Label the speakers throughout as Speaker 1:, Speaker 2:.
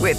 Speaker 1: With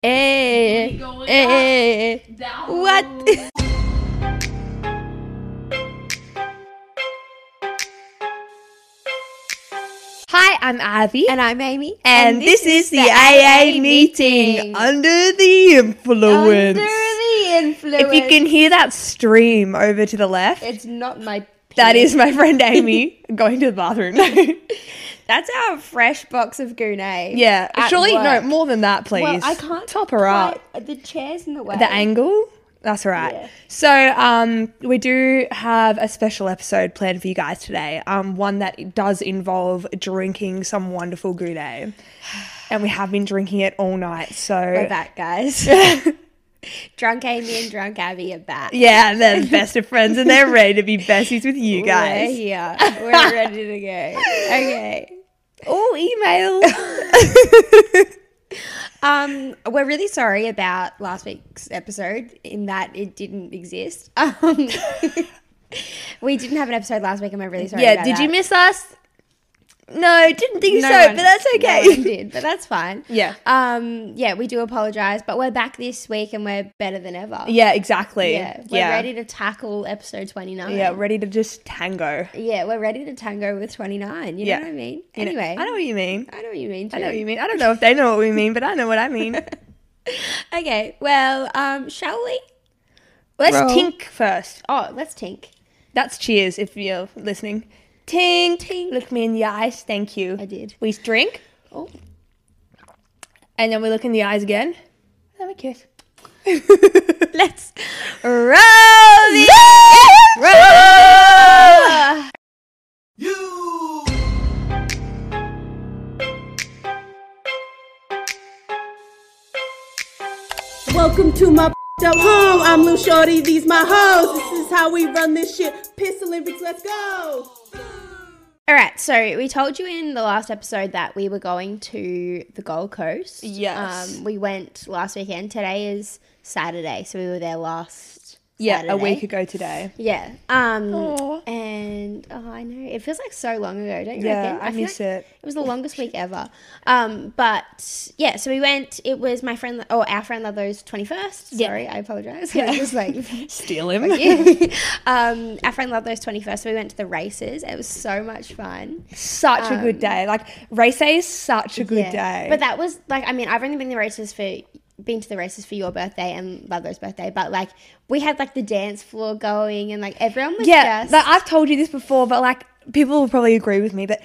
Speaker 2: Hey,
Speaker 3: Going
Speaker 2: hey,
Speaker 3: Down.
Speaker 2: what? Hi, I'm Avi,
Speaker 4: And I'm Amy.
Speaker 2: and this is the AA meeting under the influence.
Speaker 4: Under the influence.
Speaker 2: If you can hear that stream over to the left,
Speaker 4: It's not my.
Speaker 2: that is my friend Amy going to the bathroom.
Speaker 4: That's our fresh box of Goonay.
Speaker 2: yeah,
Speaker 4: At
Speaker 2: surely
Speaker 4: work.
Speaker 2: no more than that, please.
Speaker 4: Well, I can't
Speaker 2: top her up.
Speaker 4: quite- The chair's in the way.
Speaker 2: The angle. That's all right.
Speaker 4: Yeah.
Speaker 2: So, um, we do have a special episode planned for you guys today. Um, one that does involve drinking some wonderful Gouda, and we have been drinking it all night. So,
Speaker 4: We're back, guys. drunk Amy and drunk Abby are back.
Speaker 2: yeah, they're the best of friends, and they're ready to be besties with you
Speaker 4: We're
Speaker 2: guys.
Speaker 4: here. We're ready to go. Okay.
Speaker 2: All email.
Speaker 4: Um, we're really sorry about last week's episode in that it didn't exist. Um, we didn't have an episode last week, and we're really sorry.
Speaker 2: yeah,
Speaker 4: about
Speaker 2: did you
Speaker 4: that.
Speaker 2: miss us? No, didn't think
Speaker 4: No
Speaker 2: so,
Speaker 4: one-
Speaker 2: but that's okay.
Speaker 4: No one did, but that's fine.
Speaker 2: Yeah.
Speaker 4: Um. Yeah, we do apologize, but we're back this week and we're better than ever.
Speaker 2: Yeah, exactly.
Speaker 4: Yeah. We're ready to tackle episode twenty nine.
Speaker 2: yeah, ready to just tango.
Speaker 4: yeah. We're ready to tango with twenty nine. You
Speaker 2: Yeah.
Speaker 4: know what I mean?
Speaker 2: You know,
Speaker 4: Anyway,
Speaker 2: I know what you mean.
Speaker 4: I know what you mean. Too.
Speaker 2: I know what you mean. I don't know if they know what we mean, but I know what I mean.
Speaker 4: Okay. Well, um, shall we? Let's
Speaker 2: Let's
Speaker 4: tink.
Speaker 2: tink first.
Speaker 4: Oh, let's tink.
Speaker 2: That's cheers if you're listening. Tink, tink. Look me in the eyes. Thank you.
Speaker 4: I did.
Speaker 2: We drink,
Speaker 4: Oh.
Speaker 2: and then we look in the eyes again. And then we kiss.
Speaker 4: Let's.
Speaker 2: Rosie!
Speaker 5: Welcome to my up home. I'm Lou Shorty. These my hoes. This is how we run this shit. Piss Olympics. Let's go.
Speaker 4: All right, so we told you in the last episode that we were going to the Gold Coast.
Speaker 2: Yes.
Speaker 4: Um, we went last weekend. Today is Saturday, so we were there last.
Speaker 2: Yeah, a
Speaker 4: Saturday.
Speaker 2: week ago today.
Speaker 4: Yeah. Um.
Speaker 2: Aw.
Speaker 4: And oh, I know it feels like so long ago, don't you?
Speaker 2: Yeah,
Speaker 4: reckon?
Speaker 2: I
Speaker 4: feel
Speaker 2: miss
Speaker 4: like
Speaker 2: it.
Speaker 4: It was the longest week ever. Um. But yeah, so we went. It was my friend or our friend Ludlow's twenty first. Sorry, I apologize. Yeah. I was like
Speaker 2: Steal him.
Speaker 4: um, our friend Ludlow's 21st, so we went to the races. It was so much fun.
Speaker 2: Such a good day. Like, race day is such a good day.
Speaker 4: Um, But that was like, I mean, I've only been to the races for, been to the races for your birthday and Ludlow's birthday, but like, we had like the dance floor going and like everyone was
Speaker 2: Yeah,
Speaker 4: just.
Speaker 2: but I've told you this before, but like people will probably agree with me, but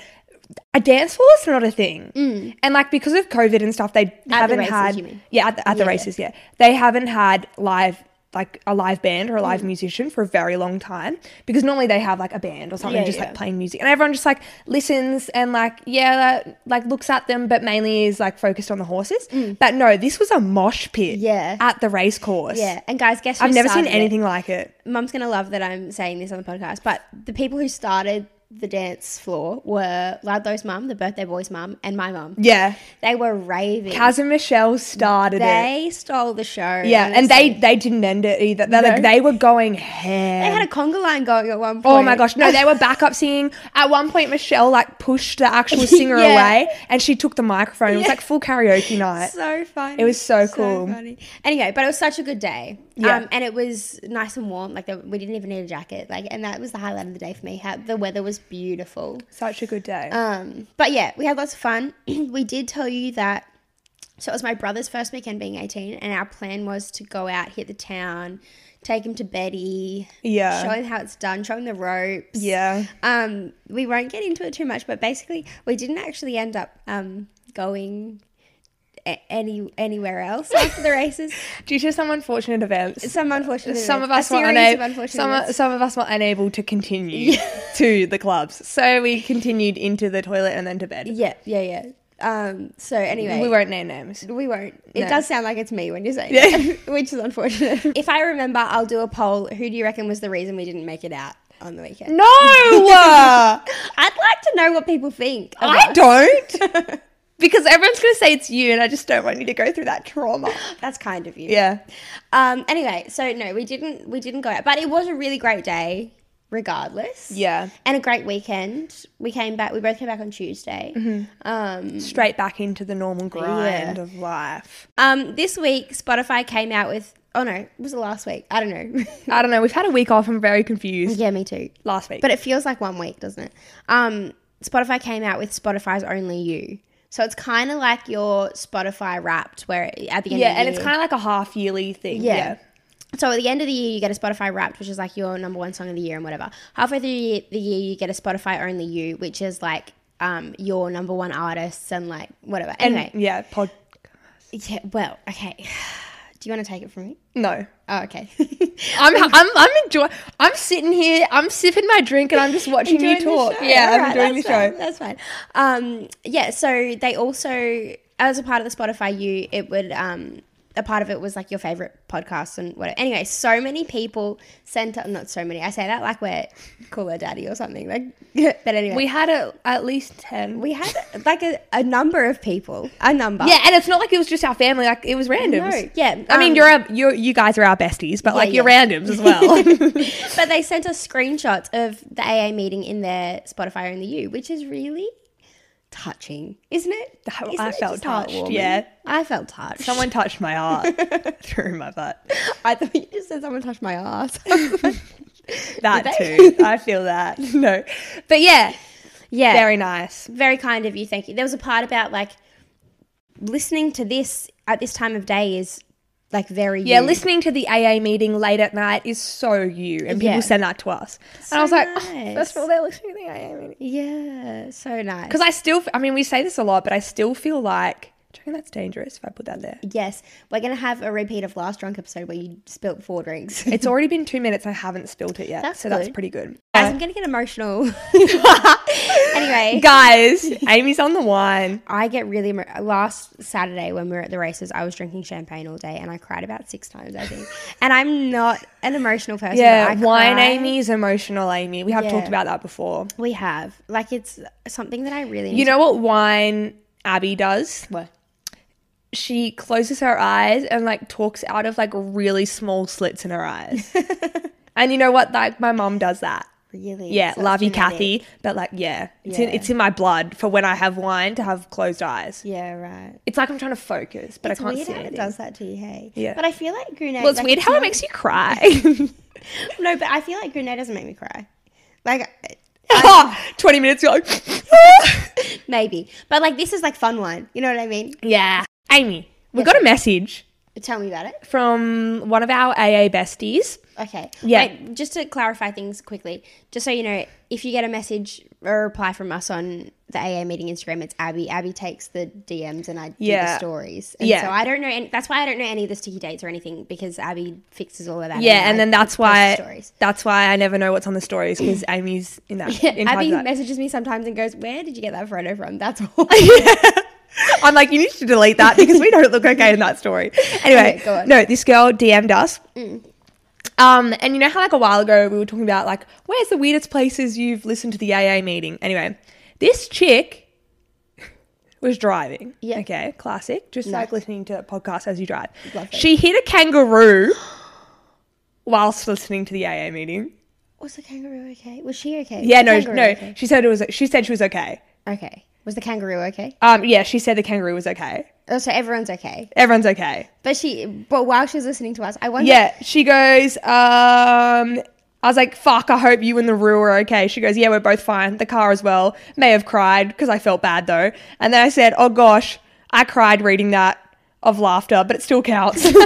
Speaker 2: a dance floor is not a thing. Mm. And like because of COVID and stuff, they haven't
Speaker 4: races,
Speaker 2: had
Speaker 4: you mean?
Speaker 2: yeah at the, at the races yeah they haven't had live like a live band or a
Speaker 4: Mm.
Speaker 2: live musician for a very long time because normally they have like a band or something
Speaker 4: Yeah,
Speaker 2: just like
Speaker 4: yeah.
Speaker 2: playing music and everyone just like listens and like yeah like- like looks at them but mainly is like focused on the horses but no this was a mosh pit
Speaker 4: Mm. Yeah.
Speaker 2: at the race course
Speaker 4: yeah, and guys, guess who
Speaker 2: I've never seen
Speaker 4: started it?
Speaker 2: anything like it
Speaker 4: Mum's gonna love that I'm saying this on the podcast, but the people who started the dance floor were Ludlow's mum, the birthday boy's mum, and my mum.
Speaker 2: yeah
Speaker 4: They were raving.
Speaker 2: Kaz and Michelle started it
Speaker 4: they stole the show.
Speaker 2: Yeah, and
Speaker 4: honestly.
Speaker 2: they they didn't end it either. They like they were going ham.
Speaker 4: They had a conga line going at one point.
Speaker 2: Oh my gosh! No, they were backup singing. At one point, Michelle like pushed the actual singer
Speaker 4: Yeah.
Speaker 2: away, and she took the microphone. It was like full karaoke night.
Speaker 4: so funny.
Speaker 2: It was so cool.
Speaker 4: funny. Anyway, but it was such a good day.
Speaker 2: Yeah.
Speaker 4: Um, and it was nice and warm. Like the, we didn't even need a jacket. Like, and that was the highlight of the day for me. How, the weather was beautiful.
Speaker 2: Such a good day.
Speaker 4: Um, but yeah, we had lots of fun. we did tell you that. So it was my brother's first weekend being eighteen, and our plan was to go out, hit the town, take him to Betty,
Speaker 2: Yeah.
Speaker 4: show him how it's done, show him the ropes,
Speaker 2: yeah,
Speaker 4: um, we won't get into it too much, but basically, we didn't actually end up um, going a- any anywhere else after the races.
Speaker 2: due to some unfortunate events,
Speaker 4: Some unfortunate,
Speaker 2: some of
Speaker 4: events-
Speaker 2: us
Speaker 4: a
Speaker 2: were
Speaker 4: series of
Speaker 2: unable.
Speaker 4: unfortunate
Speaker 2: Some,
Speaker 4: events.
Speaker 2: some of us were unable to continue to the clubs, so we continued into the toilet and then to bed.
Speaker 4: yeah, yeah, yeah. Um, so anyway,
Speaker 2: We won't name names.
Speaker 4: We won't. It
Speaker 2: No.
Speaker 4: does sound like it's me when you say it, which is unfortunate. If I remember, I'll do a poll. Who do you reckon was the reason we didn't make it out on the weekend?
Speaker 2: No, I
Speaker 4: I'd like to know what people think. of us.
Speaker 2: don't. Because everyone's going to say it's you, and I just don't want you to go through that trauma.
Speaker 4: That's kind of you.
Speaker 2: Yeah.
Speaker 4: Um. Anyway, so no, we didn't. We didn't go out, but it was a really great day, regardless.
Speaker 2: Yeah.
Speaker 4: And a great weekend. We came back. We both came back on Tuesday.
Speaker 2: Mm-hmm.
Speaker 4: Um.
Speaker 2: Straight back into the normal grind
Speaker 4: Yeah.
Speaker 2: of life.
Speaker 4: Um. This week, Spotify came out with. Oh no, was it last week? I don't know.
Speaker 2: I don't know. We've had a week off. I'm very confused.
Speaker 4: yeah, me too.
Speaker 2: Last week.
Speaker 4: But it feels like one week, doesn't it? Um, Spotify came out with Spotify's Only You. So it's kind of like your Spotify wrapped, where at the end
Speaker 2: yeah,
Speaker 4: of the
Speaker 2: and
Speaker 4: year,
Speaker 2: it's kind of like a half yearly thing.
Speaker 4: Yeah. So at the end of the year, you get a Spotify Wrapped, which is like your number one song of the year and whatever. Halfway through the year, the year you get a Spotify Only You, which is like um, your number one artists and like whatever.
Speaker 2: And
Speaker 4: Anyway,
Speaker 2: yeah, pod.
Speaker 4: yeah, well, okay. Do you want to take it from me?
Speaker 2: No.
Speaker 4: Oh, okay.
Speaker 2: I'm, I'm, I'm enjoying. I'm sitting here. I'm sipping my drink, and I'm just watching you
Speaker 4: Enjoying the
Speaker 2: talk.
Speaker 4: show.
Speaker 2: Yeah, I'm
Speaker 4: Alright,
Speaker 2: enjoying the
Speaker 4: that's
Speaker 2: show.
Speaker 4: fine, That's fine. Um, yeah, so they also, as a part of the Spotify U, it would, um, a part of it was like your favorite podcasts and whatever. Anyway, so many people sent, uh, not so many, I say that like we're cooler daddy or something. Like, but anyway,
Speaker 2: We
Speaker 4: we,
Speaker 2: had a, at least ten.
Speaker 4: we had like a, a number of people, a number.
Speaker 2: yeah, and it's not like it was just our family. Like it was randoms.
Speaker 4: No, yeah,
Speaker 2: I mean,
Speaker 4: um,
Speaker 2: you're our, you're you guys are our besties, but like
Speaker 4: yeah.
Speaker 2: you're randoms as well.
Speaker 4: But they sent us screenshots of the AA meeting in their Spotify only you, which is really touching, isn't it?
Speaker 2: I-
Speaker 4: Isn't
Speaker 2: I
Speaker 4: it
Speaker 2: felt
Speaker 4: just
Speaker 2: touched,
Speaker 4: heartwarming?
Speaker 2: yeah.
Speaker 4: I felt touched.
Speaker 2: Someone touched my heart through my butt.
Speaker 4: I thought you just said someone touched my ass.
Speaker 2: That
Speaker 4: Did
Speaker 2: too. I feel that. No, but yeah,
Speaker 4: yeah. Very,
Speaker 2: very nice.
Speaker 4: very kind of you. Thank you. There was a part about like listening to this at this time of day is like very
Speaker 2: Yeah,
Speaker 4: you.
Speaker 2: listening to the AA meeting late at night is so you, and people
Speaker 4: Yeah.
Speaker 2: send that to us. and I was
Speaker 4: So
Speaker 2: like, oh,
Speaker 4: nice.
Speaker 2: first of all, they're listening to the AA meeting.
Speaker 4: Yeah, so nice.
Speaker 2: Because I still, I mean, we say this a lot, but I still feel like, do you reckon that's dangerous if I put that there?
Speaker 4: yes, we're gonna have a repeat of last drunk episode where you spilt four drinks.
Speaker 2: It's already been two minutes. I haven't spilt it yet,
Speaker 4: That's
Speaker 2: so that's
Speaker 4: good.
Speaker 2: pretty good.
Speaker 4: Guys, I'm gonna get emotional. anyway,
Speaker 2: Guys, Amy's on the wine.
Speaker 4: I get really emo- last Saturday when we were at the races, I was drinking champagne all day and I cried about six times, I think. and I'm not an emotional person.
Speaker 2: Yeah,
Speaker 4: but I
Speaker 2: wine
Speaker 4: cry.
Speaker 2: Amy is emotional Amy. We have
Speaker 4: Yeah.
Speaker 2: talked about that before.
Speaker 4: We have like it's something that I really need
Speaker 2: You know what wine Abby does?
Speaker 4: What?
Speaker 2: She closes her eyes and like talks out of like really small slits in her eyes. and you know what? Like my mom does that.
Speaker 4: to really.
Speaker 2: Yeah,
Speaker 4: so it's
Speaker 2: love you,
Speaker 4: genetic.
Speaker 2: Kathy. But like, yeah, it's, In,
Speaker 4: Yeah.
Speaker 2: it's in my blood for when I have wine to have closed eyes.
Speaker 4: Yeah, right.
Speaker 2: It's like I'm trying to focus, but
Speaker 4: it's
Speaker 2: I can't
Speaker 4: weird
Speaker 2: see
Speaker 4: how
Speaker 2: anything.
Speaker 4: it does that to you, hey.
Speaker 2: Yeah.
Speaker 4: But I feel like Grunet.
Speaker 2: Well, it's
Speaker 4: like,
Speaker 2: weird how it
Speaker 4: not-
Speaker 2: makes you cry.
Speaker 4: No, but I feel like Grunet doesn't make me cry. Like
Speaker 2: Twenty minutes, you're like,
Speaker 4: maybe, but like this is like fun wine. You know what I mean?
Speaker 2: yeah. Amy, we got a message
Speaker 4: Tell me about it.
Speaker 2: from one of our AA besties.
Speaker 4: Okay.
Speaker 2: Yeah.
Speaker 4: Wait, just to clarify things quickly, just so you know, if you get a message or a reply from us on the AA meeting Instagram, it's Abby. Abby takes the DMs and I do
Speaker 2: Yeah.
Speaker 4: the stories. And
Speaker 2: Yeah.
Speaker 4: So I don't know. Any, that's why I don't know any of the sticky dates or anything because Abby fixes all of that.
Speaker 2: Yeah, and
Speaker 4: I
Speaker 2: then that's
Speaker 4: post
Speaker 2: why
Speaker 4: stories.
Speaker 2: that's why I never know what's on the stories because Amy's in that. in charge
Speaker 4: Abby
Speaker 2: of that.
Speaker 4: messages me sometimes and goes, "Where did you get that photo from?" That's all.
Speaker 2: I'm like, you need to delete that because we don't look okay in that story. Anyway,
Speaker 4: Okay, go on. Mm.
Speaker 2: no, this girl DM'd us. Um, and you know how like a while ago we were talking about like where's the weirdest places you've listened to the AA meeting? Anyway, this chick was driving.
Speaker 4: Yeah.
Speaker 2: Okay, classic. Just like listening to podcasts as you drive.
Speaker 4: Love it.
Speaker 2: She hit a kangaroo whilst listening to the AA meeting.
Speaker 4: was the kangaroo okay? Was she okay?
Speaker 2: Yeah,
Speaker 4: Was the
Speaker 2: no,
Speaker 4: kangaroo
Speaker 2: no.
Speaker 4: Okay?
Speaker 2: She said it was. She said she was okay.
Speaker 4: Okay. Was the kangaroo okay?
Speaker 2: Um, yeah, she said the kangaroo was okay.
Speaker 4: Oh, so everyone's okay.
Speaker 2: Everyone's okay.
Speaker 4: But she, but while she was listening to us, I wonder.
Speaker 2: Yeah, she goes, um, I was like, fuck, I hope you and the Rue are okay. She goes, yeah, we're both fine. The car as well. May have cried because I felt bad though. And then I said, oh gosh, I cried reading that of laughter, but it still counts.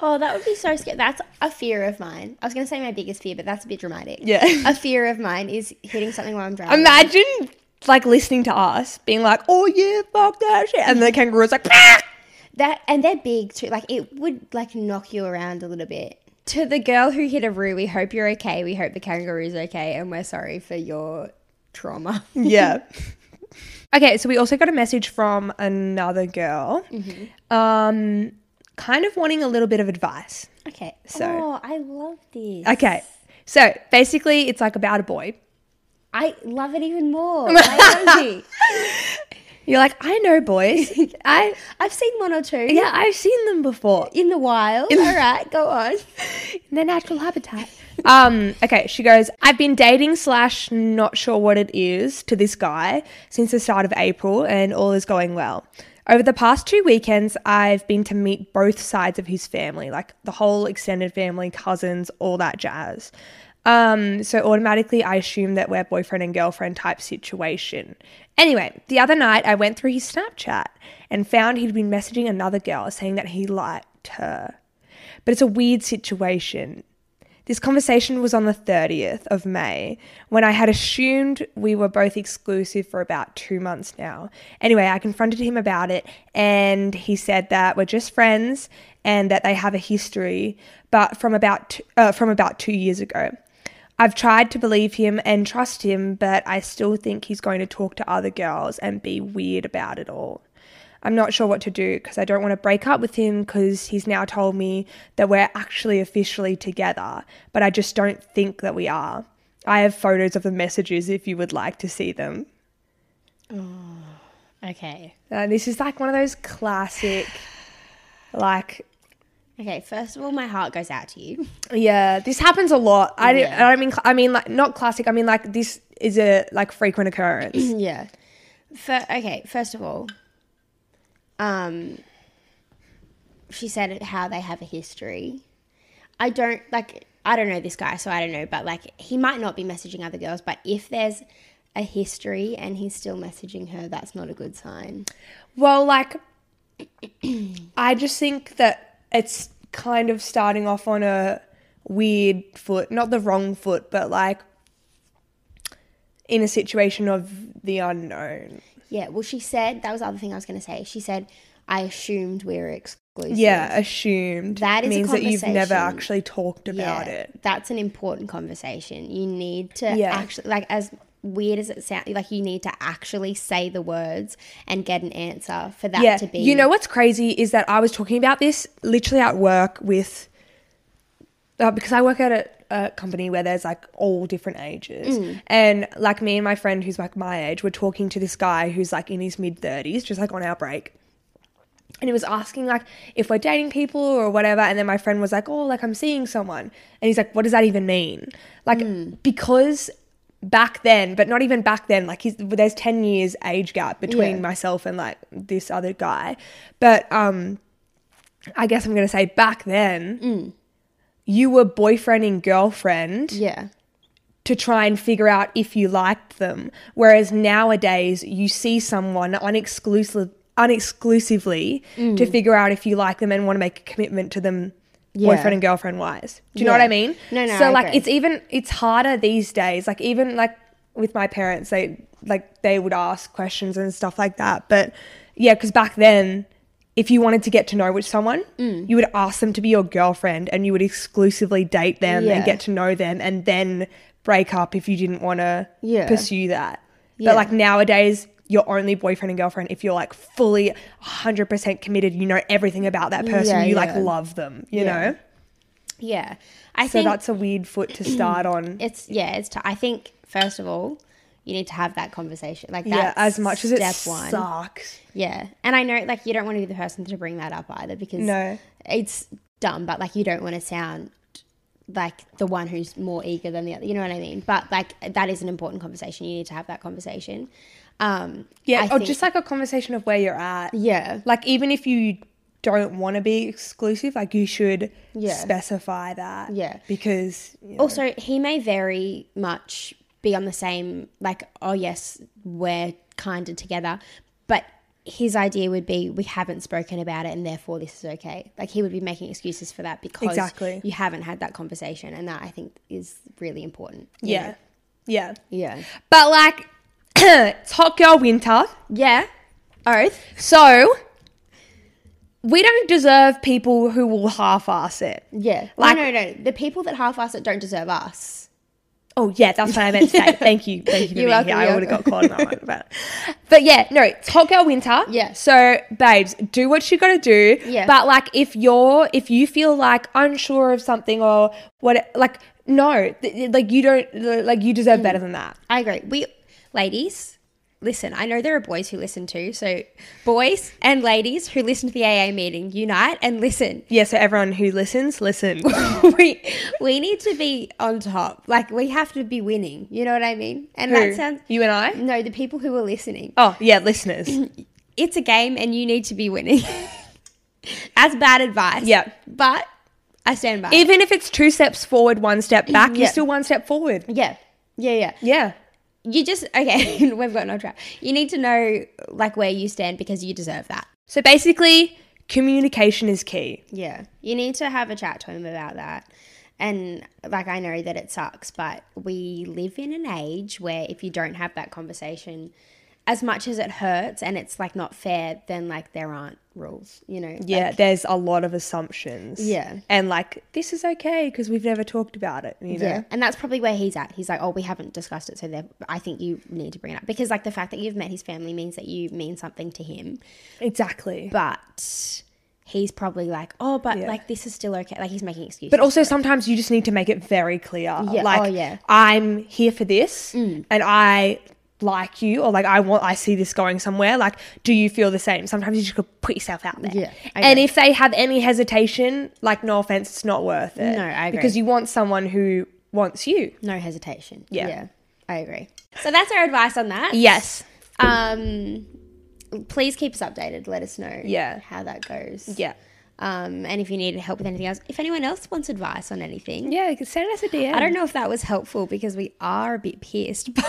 Speaker 4: Oh, that would be so scary. That's a fear of mine. I was going to say my biggest fear, but that's a bit dramatic.
Speaker 2: Yeah.
Speaker 4: a fear of mine is hitting something while I'm driving.
Speaker 2: Imagine like listening to us being like, oh yeah, fuck that shit. And the kangaroo's like, "Ah!"
Speaker 4: that and they're big too. Like it would like knock you around a little bit. To the girl who hit a roo, we hope you're okay. We hope the kangaroo's okay, and we're sorry for your trauma.
Speaker 2: yeah. Okay, so we also got a message from another girl, um, kind of wanting a little bit of advice.
Speaker 4: Okay.
Speaker 2: So-
Speaker 4: oh, I love this.
Speaker 2: Okay, so basically, it's like about a boy.
Speaker 4: I love it even more. I love you.
Speaker 2: You're like, I know boys. I
Speaker 4: I've seen one or two.
Speaker 2: yeah, I've seen them before.
Speaker 4: In the wild. All right, go on.
Speaker 2: in their natural habitat. um, okay, she goes, I've been dating slash not sure what it is to this guy since the start of April and all is going well. Over the past two weekends, I've been to meet both sides of his family, like the whole extended family, cousins, all that jazz. Um, so automatically, I assume that we're boyfriend and girlfriend type situation. Anyway, the other night, I went through his Snapchat and found he'd been messaging another girl saying that he liked her. But it's a weird situation. This conversation was on the 30th of May when I had assumed we were both exclusive for about two months now. Anyway, I confronted him about it and he said that we're just friends and that they have a history, but from about, t- uh, from about two years ago. I've tried to believe him and trust him, but I still think he's going to talk to other girls and be weird about it all. I'm not sure what to do because I don't want to break up with him because he's now told me that we're actually officially together, but I just don't think that we are. I have photos of the messages if you would like to see them.
Speaker 4: Okay.
Speaker 2: Uh, this is like one of those classic, like,
Speaker 4: Okay, first of all, my heart goes out to you.
Speaker 2: yeah, this happens a lot. I, don't- I don't mean, cl- I mean, like, not classic. I mean, like, this is a like frequent occurrence.
Speaker 4: Yeah. Fir- okay, first of all, um, she said it- how they have a history. I don't like. I don't know this guy, so I don't know. But like, he might not be messaging other girls. But if there's a history and he's still messaging her, that's not a good sign.
Speaker 2: Well, like, I just think that it's kind of starting off on a weird foot, not the wrong foot, but like in a situation of the unknown.
Speaker 4: Yeah. Well, she said that was the other thing I was going to say. She said, "I assumed we were exclusive."
Speaker 2: Yeah, assumed.
Speaker 4: That is a
Speaker 2: means that you've never
Speaker 4: conversation.
Speaker 2: actually talked about it.
Speaker 4: That's an important conversation. You need to
Speaker 2: Yeah.
Speaker 4: actually, like, as weird as it sounds, like, you need to actually say the words and get an answer for that
Speaker 2: yeah.
Speaker 4: to be.
Speaker 2: You know what's crazy is that I was talking about this literally at work with, uh, because I work at a, a company where there's like all different ages.
Speaker 4: Mm.
Speaker 2: And like me and my friend who's like my age were talking to this guy who's like in his mid 30s, just like on our break. And he was asking like if we're dating people or whatever, and then my friend was like, "Oh, like I'm seeing someone," and he's like, "What does that even mean?" Like because back then, but not even back then, like he's, there's ten years age gap between
Speaker 4: Yeah.
Speaker 2: myself and like this other guy, but um, I guess I'm gonna say back then, you were boyfriend and girlfriend
Speaker 4: Yeah.
Speaker 2: to try and figure out if you liked them. Whereas nowadays, you see someone unexclusive, unexclusively to
Speaker 4: Mm.
Speaker 2: figure out if you like them and want to make a commitment to them, boyfriend and girlfriend wise. Do you know what
Speaker 4: Yeah.
Speaker 2: I mean?
Speaker 4: No, no,
Speaker 2: So
Speaker 4: I
Speaker 2: like,
Speaker 4: agree.
Speaker 2: it's even it's harder these days. Like even like with my parents, they like they would ask questions and stuff like that. But yeah, because back then. If you wanted to get to know which someone,
Speaker 4: Mm.
Speaker 2: you would ask them to be your girlfriend and you would exclusively date them
Speaker 4: Yeah.
Speaker 2: and get to know them and then break up if you didn't want to
Speaker 4: Yeah.
Speaker 2: pursue that.
Speaker 4: Yeah.
Speaker 2: But like nowadays, you're only boyfriend and girlfriend if you're like fully 100% committed, you know everything about that person,
Speaker 4: Yeah,
Speaker 2: you like
Speaker 4: yeah.
Speaker 2: love them, you
Speaker 4: Yeah.
Speaker 2: know?
Speaker 4: Yeah. I
Speaker 2: So
Speaker 4: think
Speaker 2: that's a weird foot to start on.
Speaker 4: it's, yeah, it's, t- I think, first of all, you need to have that conversation. Like,
Speaker 2: yeah,
Speaker 4: that's
Speaker 2: as much as it
Speaker 4: step one.
Speaker 2: sucks.
Speaker 4: Yeah. And I know, like, you don't want to be the person to bring that up either because
Speaker 2: No.
Speaker 4: it's dumb, but, like, you don't want to sound like the one who's more eager than the other. You know what I mean? But, like, that is an important conversation. You need to have that conversation. Um,
Speaker 2: Yeah,
Speaker 4: I
Speaker 2: or
Speaker 4: think-
Speaker 2: just like a conversation of where you're at.
Speaker 4: yeah.
Speaker 2: Like even if you don't want to be exclusive, like you should
Speaker 4: Yeah.
Speaker 2: specify that.
Speaker 4: Yeah.
Speaker 2: Because you know,
Speaker 4: Also, he may very much be on the same, like, oh, yes, we're kind of together, but his idea would be we haven't spoken about it and therefore this is okay. Like, he would be making excuses for that because
Speaker 2: Exactly.
Speaker 4: you haven't had that conversation. And that I think is really important. you
Speaker 2: yeah.
Speaker 4: know?
Speaker 2: Yeah.
Speaker 4: Yeah.
Speaker 2: But like it's hot girl winter.
Speaker 4: Yeah. Oath.
Speaker 2: So we don't deserve people who will half ass it.
Speaker 4: Yeah.
Speaker 2: Like-
Speaker 4: Like, no, no, no. The people that half ass it don't deserve us.
Speaker 2: Oh yeah, that's what I meant to say. Thank you, thank you for
Speaker 4: You're
Speaker 2: being
Speaker 4: welcome,
Speaker 2: here. I
Speaker 4: you're
Speaker 2: would have got caught on that one, but but yeah, no, it's hot girl winter.
Speaker 4: Yeah.
Speaker 2: So babes, do what you gotta do.
Speaker 4: Yeah.
Speaker 2: But like, if you're if you feel like unsure of something or what, like no, th- like you don't like you deserve better than that.
Speaker 4: I agree. We ladies, listen, I know there are boys who listen too, so boys and ladies who listen to the AA meeting, unite and listen.
Speaker 2: Yeah. So everyone who listens, listen.
Speaker 4: we we need to be on top. Like we have to be winning. You know what I mean? And
Speaker 2: Who?
Speaker 4: that sounds
Speaker 2: You and I?
Speaker 4: No, the people who are listening.
Speaker 2: oh yeah, listeners.
Speaker 4: It's a game and you need to be winning. That's bad advice.
Speaker 2: Yeah.
Speaker 4: But I stand by. it.
Speaker 2: Even if it's two steps forward, one step back,
Speaker 4: Yeah.
Speaker 2: you're still one step forward.
Speaker 4: yeah. Yeah, yeah.
Speaker 2: Yeah.
Speaker 4: You just okay, we've gotten on track. You need to know like where you stand because you deserve that.
Speaker 2: So basically, communication is key.
Speaker 4: Yeah. You need to have a chat to him about that. And like I know that it sucks, but we live in an age where if you don't have that conversation, as much as it hurts and it's like not fair, then like there aren't rules, you know? Like,
Speaker 2: Yeah, there's a lot of assumptions.
Speaker 4: Yeah.
Speaker 2: And like, this is okay because we've never talked about it, you know?
Speaker 4: yeah. And that's probably where he's at. He's like, oh, we haven't discussed it. So there, I think you need to bring it up. Because like the fact that you've met his family means that you mean something to him.
Speaker 2: Exactly. But,
Speaker 4: But he's probably like, oh, but
Speaker 2: Yeah.
Speaker 4: like this is still okay. Like he's making excuses.
Speaker 2: also, sometimes you just need to make it very clear.
Speaker 4: Yeah,
Speaker 2: Like,
Speaker 4: oh, yeah. Mm.
Speaker 2: I'm here for this and I like you or like I want I see this going somewhere like do you feel the same sometimes you just could put yourself out there
Speaker 4: Yeah, I
Speaker 2: and
Speaker 4: agree.
Speaker 2: if they have any hesitation like no offense it's not worth it
Speaker 4: No, I agree.
Speaker 2: because you want someone who wants you
Speaker 4: No hesitation.
Speaker 2: Yeah.
Speaker 4: I agree. So that's our advice on that.
Speaker 2: yes
Speaker 4: Um please keep us updated. Let us know
Speaker 2: Yeah.
Speaker 4: how that goes.
Speaker 2: yeah
Speaker 4: Um and if you need help with anything else, if anyone else wants advice on anything.
Speaker 2: yeah send us a DM
Speaker 4: I don't know if that was helpful because we are a bit pissed, but,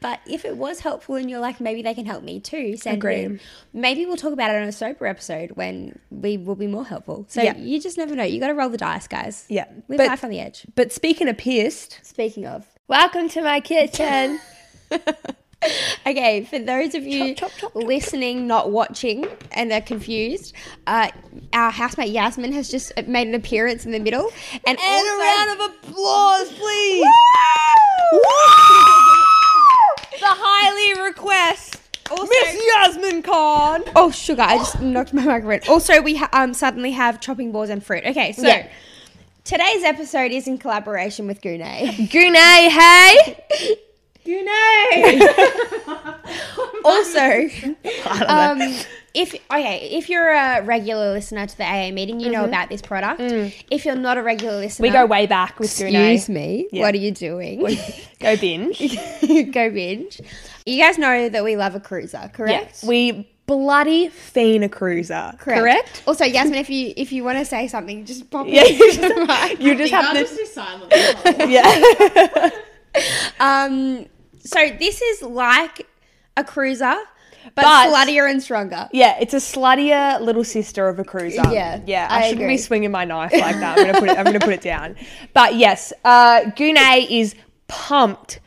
Speaker 4: but if it was helpful and you're like, maybe they can help me too, send
Speaker 2: Agree.
Speaker 4: me. Maybe we'll talk about it on a sober episode when we will be more helpful. So
Speaker 2: Yeah.
Speaker 4: you just never know. You got to roll the dice, guys.
Speaker 2: Yeah.
Speaker 4: Live
Speaker 2: But-
Speaker 4: life on the edge.
Speaker 2: but speaking of pierced
Speaker 4: Speaking of,
Speaker 2: Welcome to my kitchen.
Speaker 4: Okay, for those of you
Speaker 2: Chop, chop, chop, chop,
Speaker 4: listening, not watching, and are confused, uh, our housemate Yasmin has just made an appearance in the middle. And, also,
Speaker 2: of applause, please.
Speaker 4: the highly request. Also,
Speaker 2: Yasmin Khan.
Speaker 4: oh sugar, I just knocked my microphone. Also, we ha- um suddenly have chopping boards and fruit. Okay, so
Speaker 2: Yeah.
Speaker 4: today's episode is in collaboration with Gune.
Speaker 2: Gune, hey.
Speaker 4: also, um, if okay, if you're a regular listener to the AA meeting, you know about this product. If you're not a regular listener,
Speaker 2: Mm-hmm. Mm. We go way back with
Speaker 4: Excuse
Speaker 2: Gune.
Speaker 4: me.
Speaker 2: Yeah.
Speaker 4: What are you doing?
Speaker 2: Go binge.
Speaker 4: go binge. You guys know that we love a cruiser, correct?
Speaker 2: We bloody fiend a cruiser. Correct.
Speaker 4: Also, Yasmin, if you if you want to say something, just pop
Speaker 2: Yeah,
Speaker 4: it.
Speaker 2: you just, you just have
Speaker 5: I'll
Speaker 2: this.
Speaker 5: just be silent. the whole time.
Speaker 2: Yeah.
Speaker 4: Um, so this is like a cruiser, but,
Speaker 2: But-
Speaker 4: sluttier and stronger.
Speaker 2: Yeah, it's a sluttier little sister of a cruiser.
Speaker 4: Yeah,
Speaker 2: yeah. I,
Speaker 4: I
Speaker 2: shouldn't
Speaker 4: agree.
Speaker 2: be swinging my knife like that. I'm gonna put it. I'm gonna put it down. But yes, uh, Gune is pumped,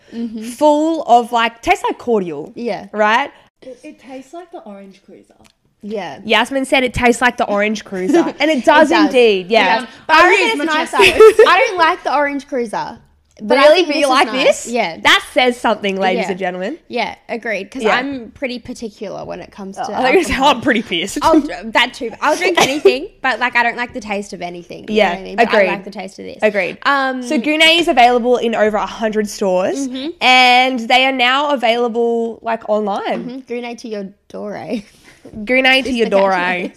Speaker 2: full of like tastes like cordial.
Speaker 4: Mm-hmm. Yeah.
Speaker 2: right.
Speaker 5: It, it tastes like the orange cruiser.
Speaker 4: Yeah.
Speaker 2: Yasmin said it tastes like the orange cruiser, and it does, indeed. Yeah,
Speaker 4: It does. But I reckon it's nicer. I don't like the orange cruiser. But I
Speaker 2: really,
Speaker 4: think
Speaker 2: but
Speaker 4: is
Speaker 2: you like
Speaker 4: nice.
Speaker 2: this?
Speaker 4: Yeah.
Speaker 2: that says something, ladies
Speaker 4: Yeah.
Speaker 2: and gentlemen.
Speaker 4: yeah, agreed. Because
Speaker 2: Yeah. Oh,
Speaker 4: I'm pretty particular when it comes to.
Speaker 2: I think it's
Speaker 4: alcohol.
Speaker 2: I'm pretty pissed.
Speaker 4: I'll dr- that too. I'll drink anything, but like I don't like the taste of anything. You
Speaker 2: Yeah,
Speaker 4: know what I mean? But
Speaker 2: agreed.
Speaker 4: I like the taste of this.
Speaker 2: Agreed.
Speaker 4: Um,
Speaker 2: so Gune is available in over hundred stores,
Speaker 4: Mm-hmm.
Speaker 2: and they are now available like online.
Speaker 4: Grenade to your door, eh?
Speaker 2: Gune to your eh? Dore.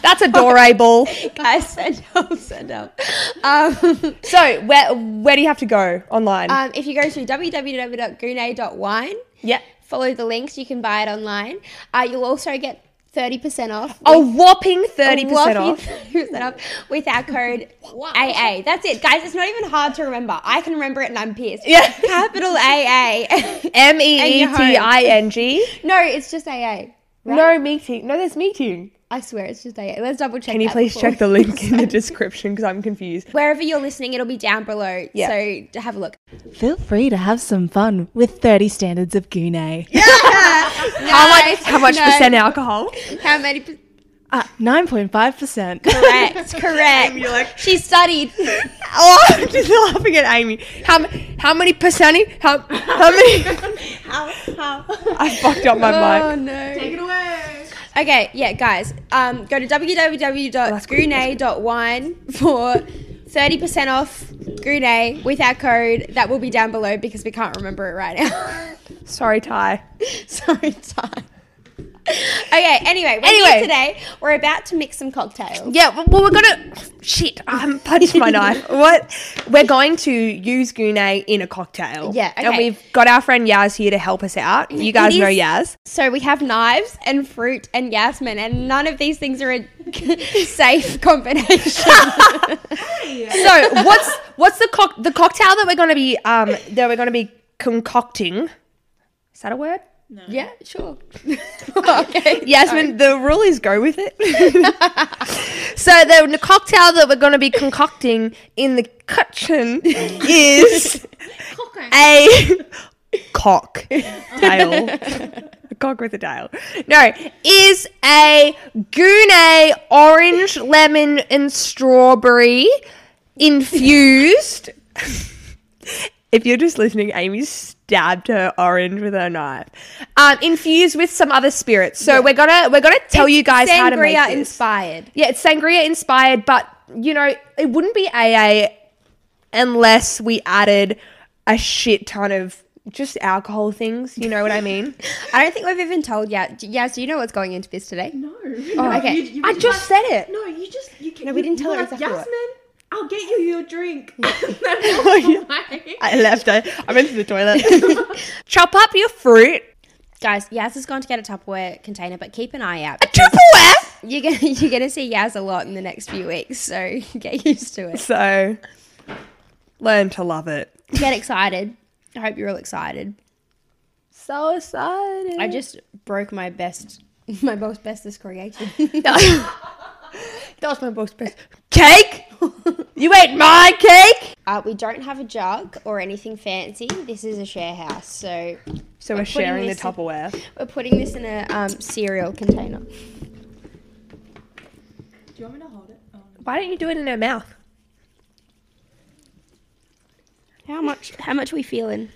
Speaker 2: That's a Dore ball.
Speaker 4: Guys, send help, send help. Um,
Speaker 2: So where where do you have to go online?
Speaker 4: um, if you go to www.grenade.wine,
Speaker 2: yeah.
Speaker 4: follow the links, you can buy it online. Uh, you'll also get 30% off.
Speaker 2: A whopping Oh, thirty percent
Speaker 4: Whopping
Speaker 2: off.
Speaker 4: 30% off with our code AA. That's it, guys. It's not even hard to remember. I can remember it and I'm pissed.
Speaker 2: Yeah.
Speaker 4: Capital AA.
Speaker 2: M E E
Speaker 4: your home.
Speaker 2: T I N G.
Speaker 4: no, it's just AA.
Speaker 2: No meeting. No, there's meeting.
Speaker 4: I swear it's just AA. Let's double check.
Speaker 2: Can you
Speaker 4: that
Speaker 2: please
Speaker 4: before.
Speaker 2: check the link in the description because I'm confused.
Speaker 4: Wherever you're listening, it'll be down below.
Speaker 2: Yeah.
Speaker 4: So to have a look.
Speaker 3: Feel free to have some fun with 30 Standards of Gune.
Speaker 2: How much? How much
Speaker 4: no.
Speaker 2: percent alcohol?
Speaker 4: How many? per-
Speaker 3: Uh, 9.5%.
Speaker 4: Correct. Correct.
Speaker 5: You're like,
Speaker 4: She studied.
Speaker 2: Oh, I'm just laughing at Amy. How m- how many percentage? How how many? I fucked up my
Speaker 4: Oh
Speaker 2: mic.
Speaker 4: no.
Speaker 5: Take it away.
Speaker 4: Okay, yeah, guys, um, go to www.grunet.wine for 30% off Grunet with our code. That will be down below because we can't remember it right now.
Speaker 2: Sorry, Ty.
Speaker 4: Sorry, time. Okay, anyway, we're
Speaker 2: Anyway.
Speaker 4: here today. We're about to mix some cocktails.
Speaker 2: Yeah, well, well, we're gonna. Shit, I haven't punched my knife. What? We're going to use Gune in a cocktail.
Speaker 4: Yeah,
Speaker 2: And
Speaker 4: okay.
Speaker 2: we've got our friend Yaz here to help us out. You guys
Speaker 4: It
Speaker 2: know
Speaker 4: is-
Speaker 2: Yaz.
Speaker 4: So we have knives and fruit and yasmin, and none of these things are a safe combination.
Speaker 2: So what's what's the cock the cocktail that we're gonna be um that we're gonna be concocting? Is that a word?
Speaker 4: yeah, sure. okay.
Speaker 2: Yasmin, the rule is go with it. so the, the cocktail that we're going to be concocting in the kitchen is
Speaker 4: eh?
Speaker 2: a cock tail. a cock with a tail. No, is a Gounet orange, lemon, and strawberry infused. If you're just listening, Amy stabbed her orange with her knife. Um, infused with some other spirits. So we're gonna we're gonna tell you guys how to make
Speaker 4: Sangria
Speaker 2: this.
Speaker 4: inspired.
Speaker 2: yeah, it's sangria inspired, but you know it wouldn't be AA unless we added a shit ton of just alcohol things. You know what I mean?
Speaker 4: I don't think we've even told yet. D- Yaz, do you know what's going into this today? Oh,
Speaker 5: No.
Speaker 4: okay.
Speaker 2: I just said it.
Speaker 5: No, you just you can.
Speaker 4: No, we didn't tell her
Speaker 5: you
Speaker 4: exactly what.
Speaker 5: Yasmin, I'll get you your drink. And then walk away.
Speaker 2: I left. I, I went to the toilet. Chop up your fruit.
Speaker 4: Guys, Yaz has gone to get a Tupperware container, but keep an eye out.
Speaker 2: A Tupperware.
Speaker 4: You're gonna you're gonna see Yaz a lot in the next few weeks, so get used to it.
Speaker 2: So learn to love it.
Speaker 4: Get excited. I hope you're all excited.
Speaker 2: So excited.
Speaker 4: I just broke my best my most bestest creation.
Speaker 2: That was my most best. Cake? you ate my cake?
Speaker 4: uh, we don't have a jug or anything fancy. This is a share house, so
Speaker 2: So we're
Speaker 4: putting
Speaker 2: sharing the
Speaker 4: this in-
Speaker 2: Tupperware.
Speaker 4: we're putting this in a um, cereal container.
Speaker 5: Do you want me to hold it? Oh, no.
Speaker 2: Why don't you do it in her mouth?
Speaker 4: How much? How much we feeling?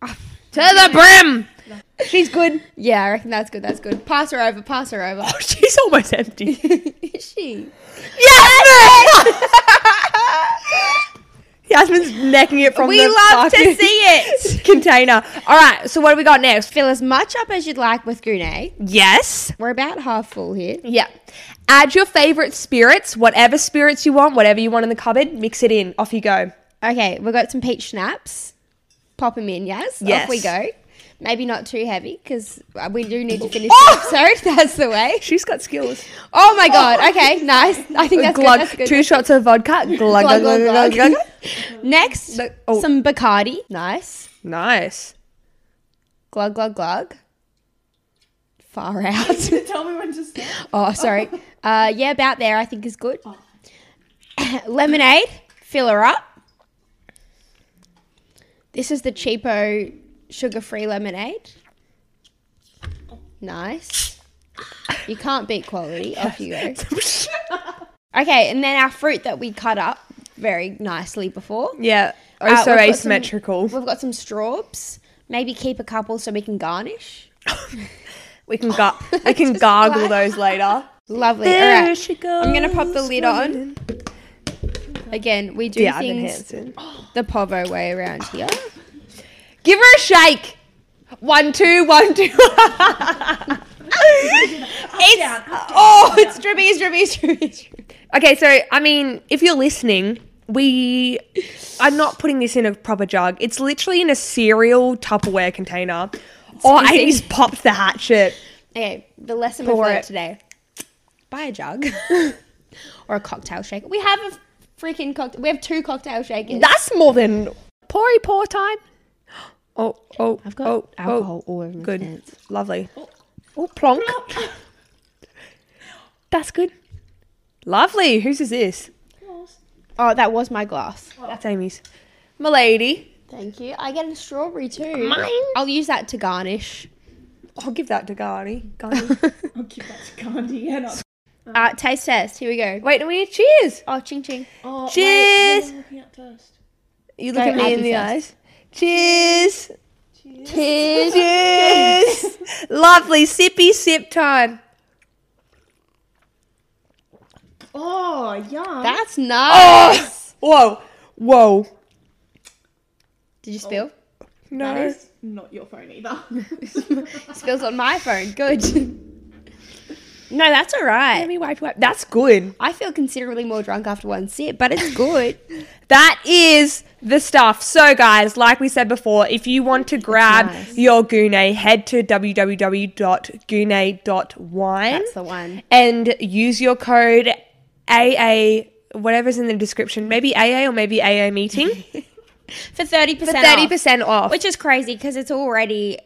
Speaker 2: To the brim! She's good.
Speaker 4: Yeah, I reckon that's good. That's good. Pass her over. Pass her over.
Speaker 2: Oh, She's almost empty.
Speaker 4: Is she?
Speaker 2: Yasmin! Yasmin's necking it from
Speaker 4: We
Speaker 2: the
Speaker 4: love to
Speaker 2: fucking
Speaker 4: see it.
Speaker 2: container. All right, so what do we got next?
Speaker 4: Fill as much up as you'd like with Grunet.
Speaker 2: Yes.
Speaker 4: We're about half full here.
Speaker 2: Yeah. Add your favorite spirits, whatever spirits you want, whatever you want in the cupboard, mix it in. Off you go.
Speaker 4: Okay, we've got some peach schnapps. Pop them in, yes?
Speaker 2: Yes.
Speaker 4: Off we go. Maybe not too heavy because we do need to finish
Speaker 2: Oh!
Speaker 4: the episode. That's the way.
Speaker 2: She's got skills.
Speaker 4: Oh my god. Okay, nice. I think that's
Speaker 2: glug,
Speaker 4: good. That's good.
Speaker 2: two shots of vodka. Glug, glug, glug, glug, glug,
Speaker 4: Next,
Speaker 2: Look- oh.
Speaker 4: some Bacardi. Nice.
Speaker 2: Nice.
Speaker 4: Glug, glug, glug. Far out.
Speaker 5: Tell me when to stop.
Speaker 4: Oh, sorry. Uh, yeah, about there, I think is good.
Speaker 5: Oh.
Speaker 4: Lemonade, fill her up. This is the cheapo sugar free lemonade. Nice. You can't beat quality. Off you go. Okay, and then our fruit that we cut up very nicely before.
Speaker 2: Yeah.
Speaker 4: Uh,
Speaker 2: Oh, so
Speaker 4: we've got some-
Speaker 2: asymmetrical.
Speaker 4: we've got some straws. Maybe keep a couple so we can garnish.
Speaker 2: we can gar- we can gargle those later.
Speaker 4: Lovely.
Speaker 2: There
Speaker 4: All right.
Speaker 2: she
Speaker 4: I'm going to pop the
Speaker 2: goes,
Speaker 4: lid on. Again, we do
Speaker 2: Yeah, I've been
Speaker 4: things
Speaker 2: Hanson.
Speaker 4: the povo way around here.
Speaker 2: Give her a shake. One, two, one, two.
Speaker 4: It's, oh, it's drippy, it's drippy, it's drippy, it's drippy.
Speaker 2: okay, so I mean, if you're listening, we I'm not putting this in a proper jug. It's literally in a cereal Tupperware container. Or
Speaker 4: missing.
Speaker 2: Amy's popped the hatchet.
Speaker 4: Okay, the lesson we've
Speaker 2: Pour
Speaker 4: learned
Speaker 2: it.
Speaker 4: today: buy a jug or a cocktail shaker. We have a freaking cocktail. We have two cocktail shakers.
Speaker 2: That's more than poury pour time. Oh, oh,
Speaker 4: I've got
Speaker 2: oh,
Speaker 4: alcohol
Speaker 2: oh.
Speaker 4: all over my
Speaker 2: Good,
Speaker 4: pants.
Speaker 2: lovely. Oh, plonk. That's good. Lovely. Whose is this?
Speaker 4: Oh, that was my glass.
Speaker 2: That's Amy's. Milady.
Speaker 4: Thank you. I get a strawberry too. Mine. I'll use that to garnish.
Speaker 2: I'll give that to Garni. Garni.
Speaker 5: I'll give that to Gandhi. Yeah, not
Speaker 4: Uh, taste test. Here we go.
Speaker 2: Wait, do we cheers?
Speaker 4: Oh, ching ching.
Speaker 5: Oh,
Speaker 2: Cheers.
Speaker 5: Wait, looking at first.
Speaker 2: You look
Speaker 4: Go,
Speaker 2: at me in
Speaker 4: Abby
Speaker 2: the
Speaker 4: first.
Speaker 2: eyes. Cheers. Cheers. Cheers. Lovely sippy sip time.
Speaker 5: Oh, yum.
Speaker 4: That's nice.
Speaker 2: Oh. Whoa. Whoa.
Speaker 4: Did you spill?
Speaker 2: No.
Speaker 5: that is not your phone either.
Speaker 4: Spills on my phone. Good. no, that's all
Speaker 2: Let
Speaker 4: right.
Speaker 2: me wipe you up. That's good.
Speaker 4: I feel considerably more drunk after one sip, but it's good.
Speaker 2: That is the stuff. So, guys, like we said before, if you want to grab
Speaker 4: nice.
Speaker 2: your Gune, head to www.gune.wine.
Speaker 4: That's the one.
Speaker 2: And use your code AA, whatever's in the description, maybe AA or maybe AA meeting,
Speaker 4: For thirty
Speaker 2: for
Speaker 4: percent.
Speaker 2: 30% off.
Speaker 4: which is crazy because it's already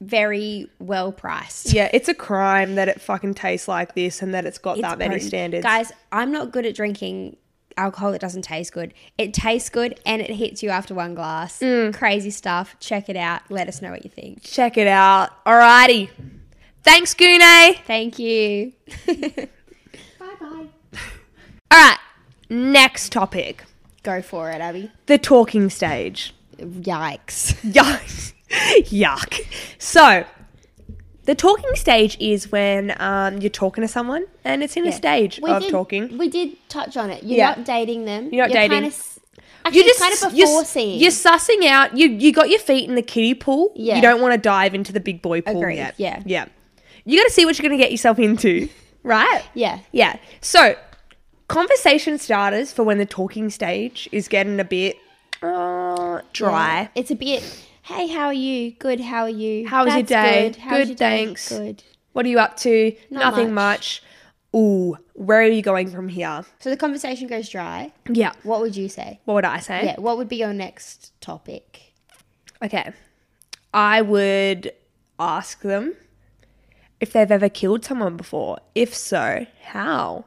Speaker 4: very well priced.
Speaker 2: Yeah, it's a crime that it fucking tastes like this and that it's got
Speaker 4: It's
Speaker 2: that many
Speaker 4: potent.
Speaker 2: standards.
Speaker 4: Guys, I'm not good at drinking alcohol that doesn't taste good. It tastes good and it hits you after one glass.
Speaker 2: Mm.
Speaker 4: Crazy stuff. Check it out. Let us know what you think.
Speaker 2: check it out. Alrighty. Thanks, Gune.
Speaker 4: Thank you.
Speaker 5: bye bye.
Speaker 2: All right, next topic
Speaker 4: Go for it, Abby.
Speaker 2: the talking stage.
Speaker 4: Yikes.
Speaker 2: Yuck. Yuck. So, the talking stage is when um, you're talking to someone and it's in a stage
Speaker 4: We
Speaker 2: of
Speaker 4: did-
Speaker 2: talking.
Speaker 4: We did touch on it. You're
Speaker 2: Yeah.
Speaker 4: not dating them.
Speaker 2: You're not dating.
Speaker 4: Kind of, actually, you're just kind of
Speaker 2: you're-
Speaker 4: before seeing.
Speaker 2: You're sussing out. You you got your feet in the kiddie pool.
Speaker 4: Yeah.
Speaker 2: You don't want to dive into the big boy pool
Speaker 4: Agreed,
Speaker 2: yet.
Speaker 4: yeah.
Speaker 2: Yeah. You got to see what you're going to get yourself into, right?
Speaker 4: yeah.
Speaker 2: Yeah. So, conversation starters for when the talking stage is getting a bit uh, dry.
Speaker 4: It's a bit. Hey, how are you? Good. How are you?
Speaker 2: How was your day?
Speaker 4: Good. How was
Speaker 2: Good,
Speaker 4: your day?
Speaker 2: thanks.
Speaker 4: Good.
Speaker 2: What are you up to?
Speaker 4: Not
Speaker 2: Nothing much. Ooh, where are you going from here?
Speaker 4: So the conversation goes dry.
Speaker 2: Yeah.
Speaker 4: What would you say?
Speaker 2: What would I say?
Speaker 4: Yeah. What would be your next topic?
Speaker 2: Okay. I would ask them if they've ever killed someone before. If so, how?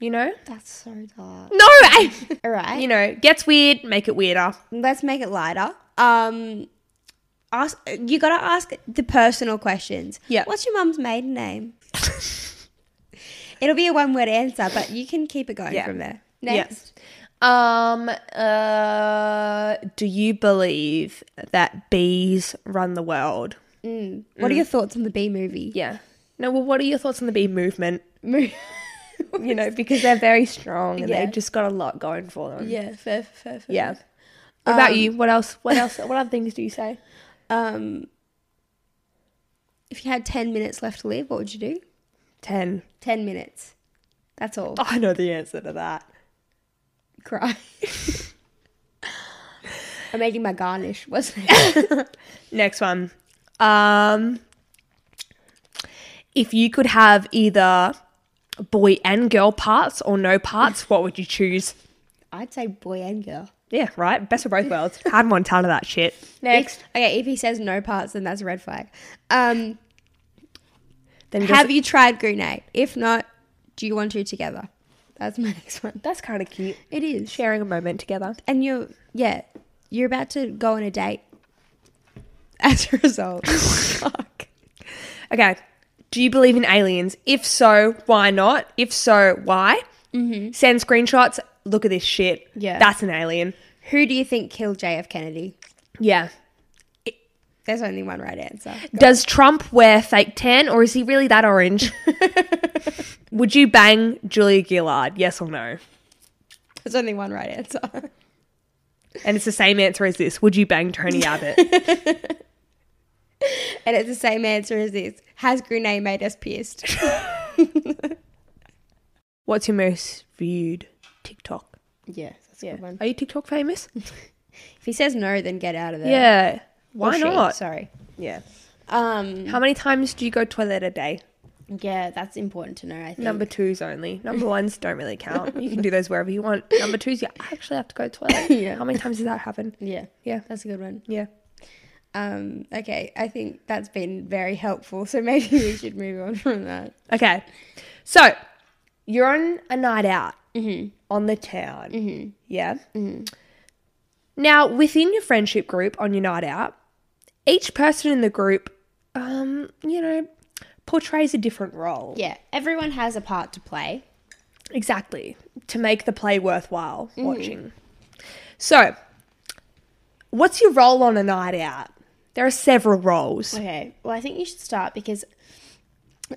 Speaker 2: You know?
Speaker 4: That's so dark.
Speaker 2: No, I,
Speaker 4: All right.
Speaker 2: you know, gets weird, make it weirder.
Speaker 4: let's make it lighter. Um, ask you gotta ask the personal questions.
Speaker 2: Yeah.
Speaker 4: What's your mum's maiden name? It'll be a one word answer, but you can keep it going
Speaker 2: Yeah.
Speaker 4: from there.
Speaker 2: Yeah.
Speaker 4: Next.
Speaker 2: Um, uh, do you believe that bees run the world?
Speaker 4: What are your thoughts on the B movie?
Speaker 2: Yeah. No, well, what are your thoughts on the bee movement? you know, because they're very strong and
Speaker 4: Yeah.
Speaker 2: they've just got a lot going for them.
Speaker 4: Yeah, fair, fair, fair.
Speaker 2: Yeah. What about you? What else? What else? what other things do you say?
Speaker 4: Um, if you had ten minutes left to live, what would you do?
Speaker 2: Ten.
Speaker 4: Ten minutes. That's all.
Speaker 2: I know the answer to that.
Speaker 4: Cry. I'm making my garnish, wasn't it?
Speaker 2: Next one. Um, if you could have either boy and girl parts or no parts, what would you choose?
Speaker 4: I'd say boy and girl.
Speaker 2: Yeah, right. Best of both worlds. Had one ton of that shit. Next.
Speaker 4: If- okay, if he says no parts, then that's a red flag. Um,
Speaker 2: Then
Speaker 4: have you tried Grenade? If not, do you want to together? That's my next one.
Speaker 2: That's kind of cute.
Speaker 4: It is.
Speaker 2: Sharing a moment together.
Speaker 4: And you're, yeah, you're about to go on a date as a result. Fuck.
Speaker 2: Okay. Do you believe in aliens? If so, why not? If so, why? Mm-hmm. Send screenshots. Look at this shit.
Speaker 4: Yeah.
Speaker 2: That's an alien.
Speaker 4: Who do you think killed JF Kennedy?
Speaker 2: Yeah.
Speaker 4: There's only one right answer.
Speaker 2: Does Trump wear fake tan or is he really that orange? Would you bang Julia Gillard? Yes or no?
Speaker 4: There's only one right answer.
Speaker 2: And it's the same answer as this. Would you bang Tony Abbott?
Speaker 4: And it's the same answer as this. Has Grenade made us pissed?
Speaker 2: What's your most viewed TikTok?
Speaker 4: yeah, that's a good one.
Speaker 2: Are you TikTok famous?
Speaker 4: If he says no, then get out of there.
Speaker 2: yeah.
Speaker 4: Or
Speaker 2: Why
Speaker 4: she,
Speaker 2: not?
Speaker 4: Sorry.
Speaker 2: Yeah.
Speaker 4: Um,
Speaker 2: How many times do you go toilet a day?
Speaker 4: yeah, that's important to know, I think.
Speaker 2: Number twos only. Number ones don't really count. You can do those wherever you want. Number twos, you actually have to go to the toilet.
Speaker 4: Yeah.
Speaker 2: How many times does that happen?
Speaker 4: Yeah,
Speaker 2: Yeah.
Speaker 4: that's a good one.
Speaker 2: Yeah.
Speaker 4: Um, okay, I think that's been very helpful. So maybe we should move on from that.
Speaker 2: Okay. So you're on a night out on the town. Yeah. Now, within your friendship group on your night out, each person in the group, um, you know, portrays a different role.
Speaker 4: Yeah, everyone has a part to play.
Speaker 2: Exactly. To make the play worthwhile watching. So, what's your role on a night out? There are several roles.
Speaker 4: Okay. Well, I think you should start because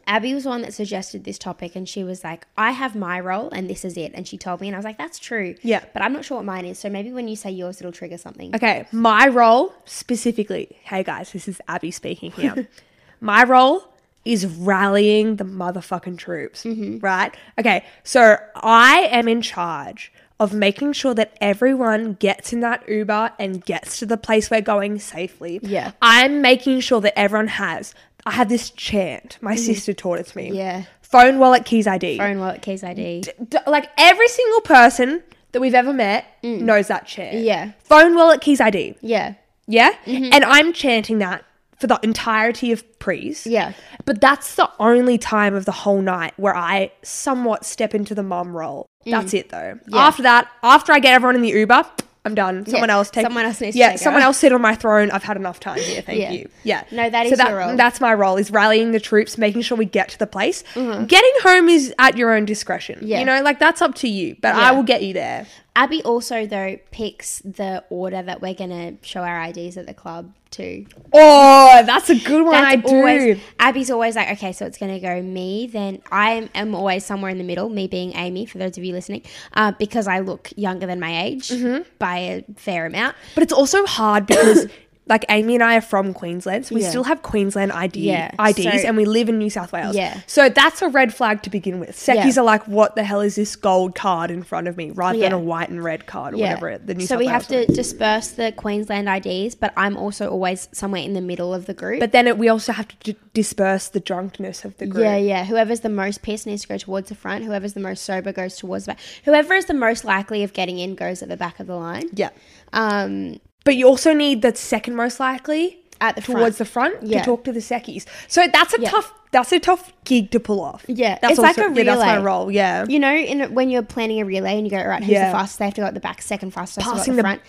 Speaker 4: Abby was the one that suggested this topic, and she was like, "I have my role, and this is it." And she told me, and I was like, "That's true."
Speaker 2: Yeah.
Speaker 4: But I'm not sure what mine is, so maybe when you say yours, it'll trigger something.
Speaker 2: Okay, my role specifically, hey guys, this is Abby speaking here. my role is rallying the motherfucking troops,
Speaker 4: Mm-hmm.
Speaker 2: right? Okay, so I am in charge of making sure that everyone gets in that Uber and gets to the place we're going safely.
Speaker 4: Yeah.
Speaker 2: I'm making sure that everyone has. I have this chant my sister taught it to me.
Speaker 4: Mm-hmm. Yeah.
Speaker 2: Phone, wallet, keys, ID.
Speaker 4: Phone wallet, keys, ID.
Speaker 2: D- like every single person that we've ever met knows that chant.
Speaker 4: Mm. Yeah.
Speaker 2: Phone, wallet, keys, ID.
Speaker 4: yeah.
Speaker 2: Yeah.
Speaker 4: Mm-hmm.
Speaker 2: And I'm chanting that for the entirety of prees.
Speaker 4: Yeah.
Speaker 2: But that's the only time of the whole night where I somewhat step into the mum role.
Speaker 4: Mm.
Speaker 2: That's it though. After that, after I get everyone in the Uber, I'm done. Someone else take
Speaker 4: someone else needs to
Speaker 2: Yeah,
Speaker 4: take
Speaker 2: someone
Speaker 4: over.
Speaker 2: else sit on my throne. I've had enough time here. Thank
Speaker 4: Yeah.
Speaker 2: you. Yeah.
Speaker 4: No, that
Speaker 2: so
Speaker 4: is your role.
Speaker 2: That's my role is rallying the troops, making sure we get to the place. Getting home is at your own discretion.
Speaker 4: Mm-hmm. Yeah.
Speaker 2: You know, like that's up to you. But I
Speaker 4: Yeah.
Speaker 2: will get you there.
Speaker 4: Abby also though picks the order that we're gonna show our IDs at the club too.
Speaker 2: Oh, that's a good one. I do.
Speaker 4: always Abby's always like, okay, so it's gonna go me. Then I am, am always somewhere in the middle. Me being Amy, for those of you listening, uh, because I look younger than my age by a fair amount.
Speaker 2: But it's also hard because like Amy and I are from Queensland, so we
Speaker 4: Yeah.
Speaker 2: still have Queensland ID
Speaker 4: Yeah,
Speaker 2: IDs
Speaker 4: so-
Speaker 2: and we live in New South Wales.
Speaker 4: Yeah.
Speaker 2: So that's a red flag to begin with. Seckies
Speaker 4: Yeah.
Speaker 2: are like, what the hell is this gold card in front of me rather than
Speaker 4: Yeah.
Speaker 2: a white and red card or whatever the New
Speaker 4: so
Speaker 2: South
Speaker 4: we
Speaker 2: Wales
Speaker 4: have to disperse the Queensland IDs, but I'm also always somewhere in the middle of the group.
Speaker 2: But then it, we also have to d- disperse the drunkenness of the group.
Speaker 4: yeah, yeah. Whoever's the most pissed needs to go towards the front. Whoever's the most sober goes towards the back. Whoever is the most likely of getting in goes at the back of the line.
Speaker 2: Yeah.
Speaker 4: Um,
Speaker 2: But you also need the second most likely
Speaker 4: At the
Speaker 2: towards
Speaker 4: front.
Speaker 2: the front
Speaker 4: Yeah.
Speaker 2: to talk to the seckies. So that's a
Speaker 4: Yeah.
Speaker 2: tough that's a tough gig to pull off.
Speaker 4: Yeah,
Speaker 2: That's
Speaker 4: it's like
Speaker 2: also-
Speaker 4: a
Speaker 2: yeah, that's my
Speaker 4: relay.
Speaker 2: role. Yeah.
Speaker 4: you know, in a, when you're planning a relay and you go right, who's
Speaker 2: Yeah.
Speaker 4: the fastest? They have to go at the back, second fastest, has to go at
Speaker 2: Passing
Speaker 4: the
Speaker 2: the,
Speaker 4: front.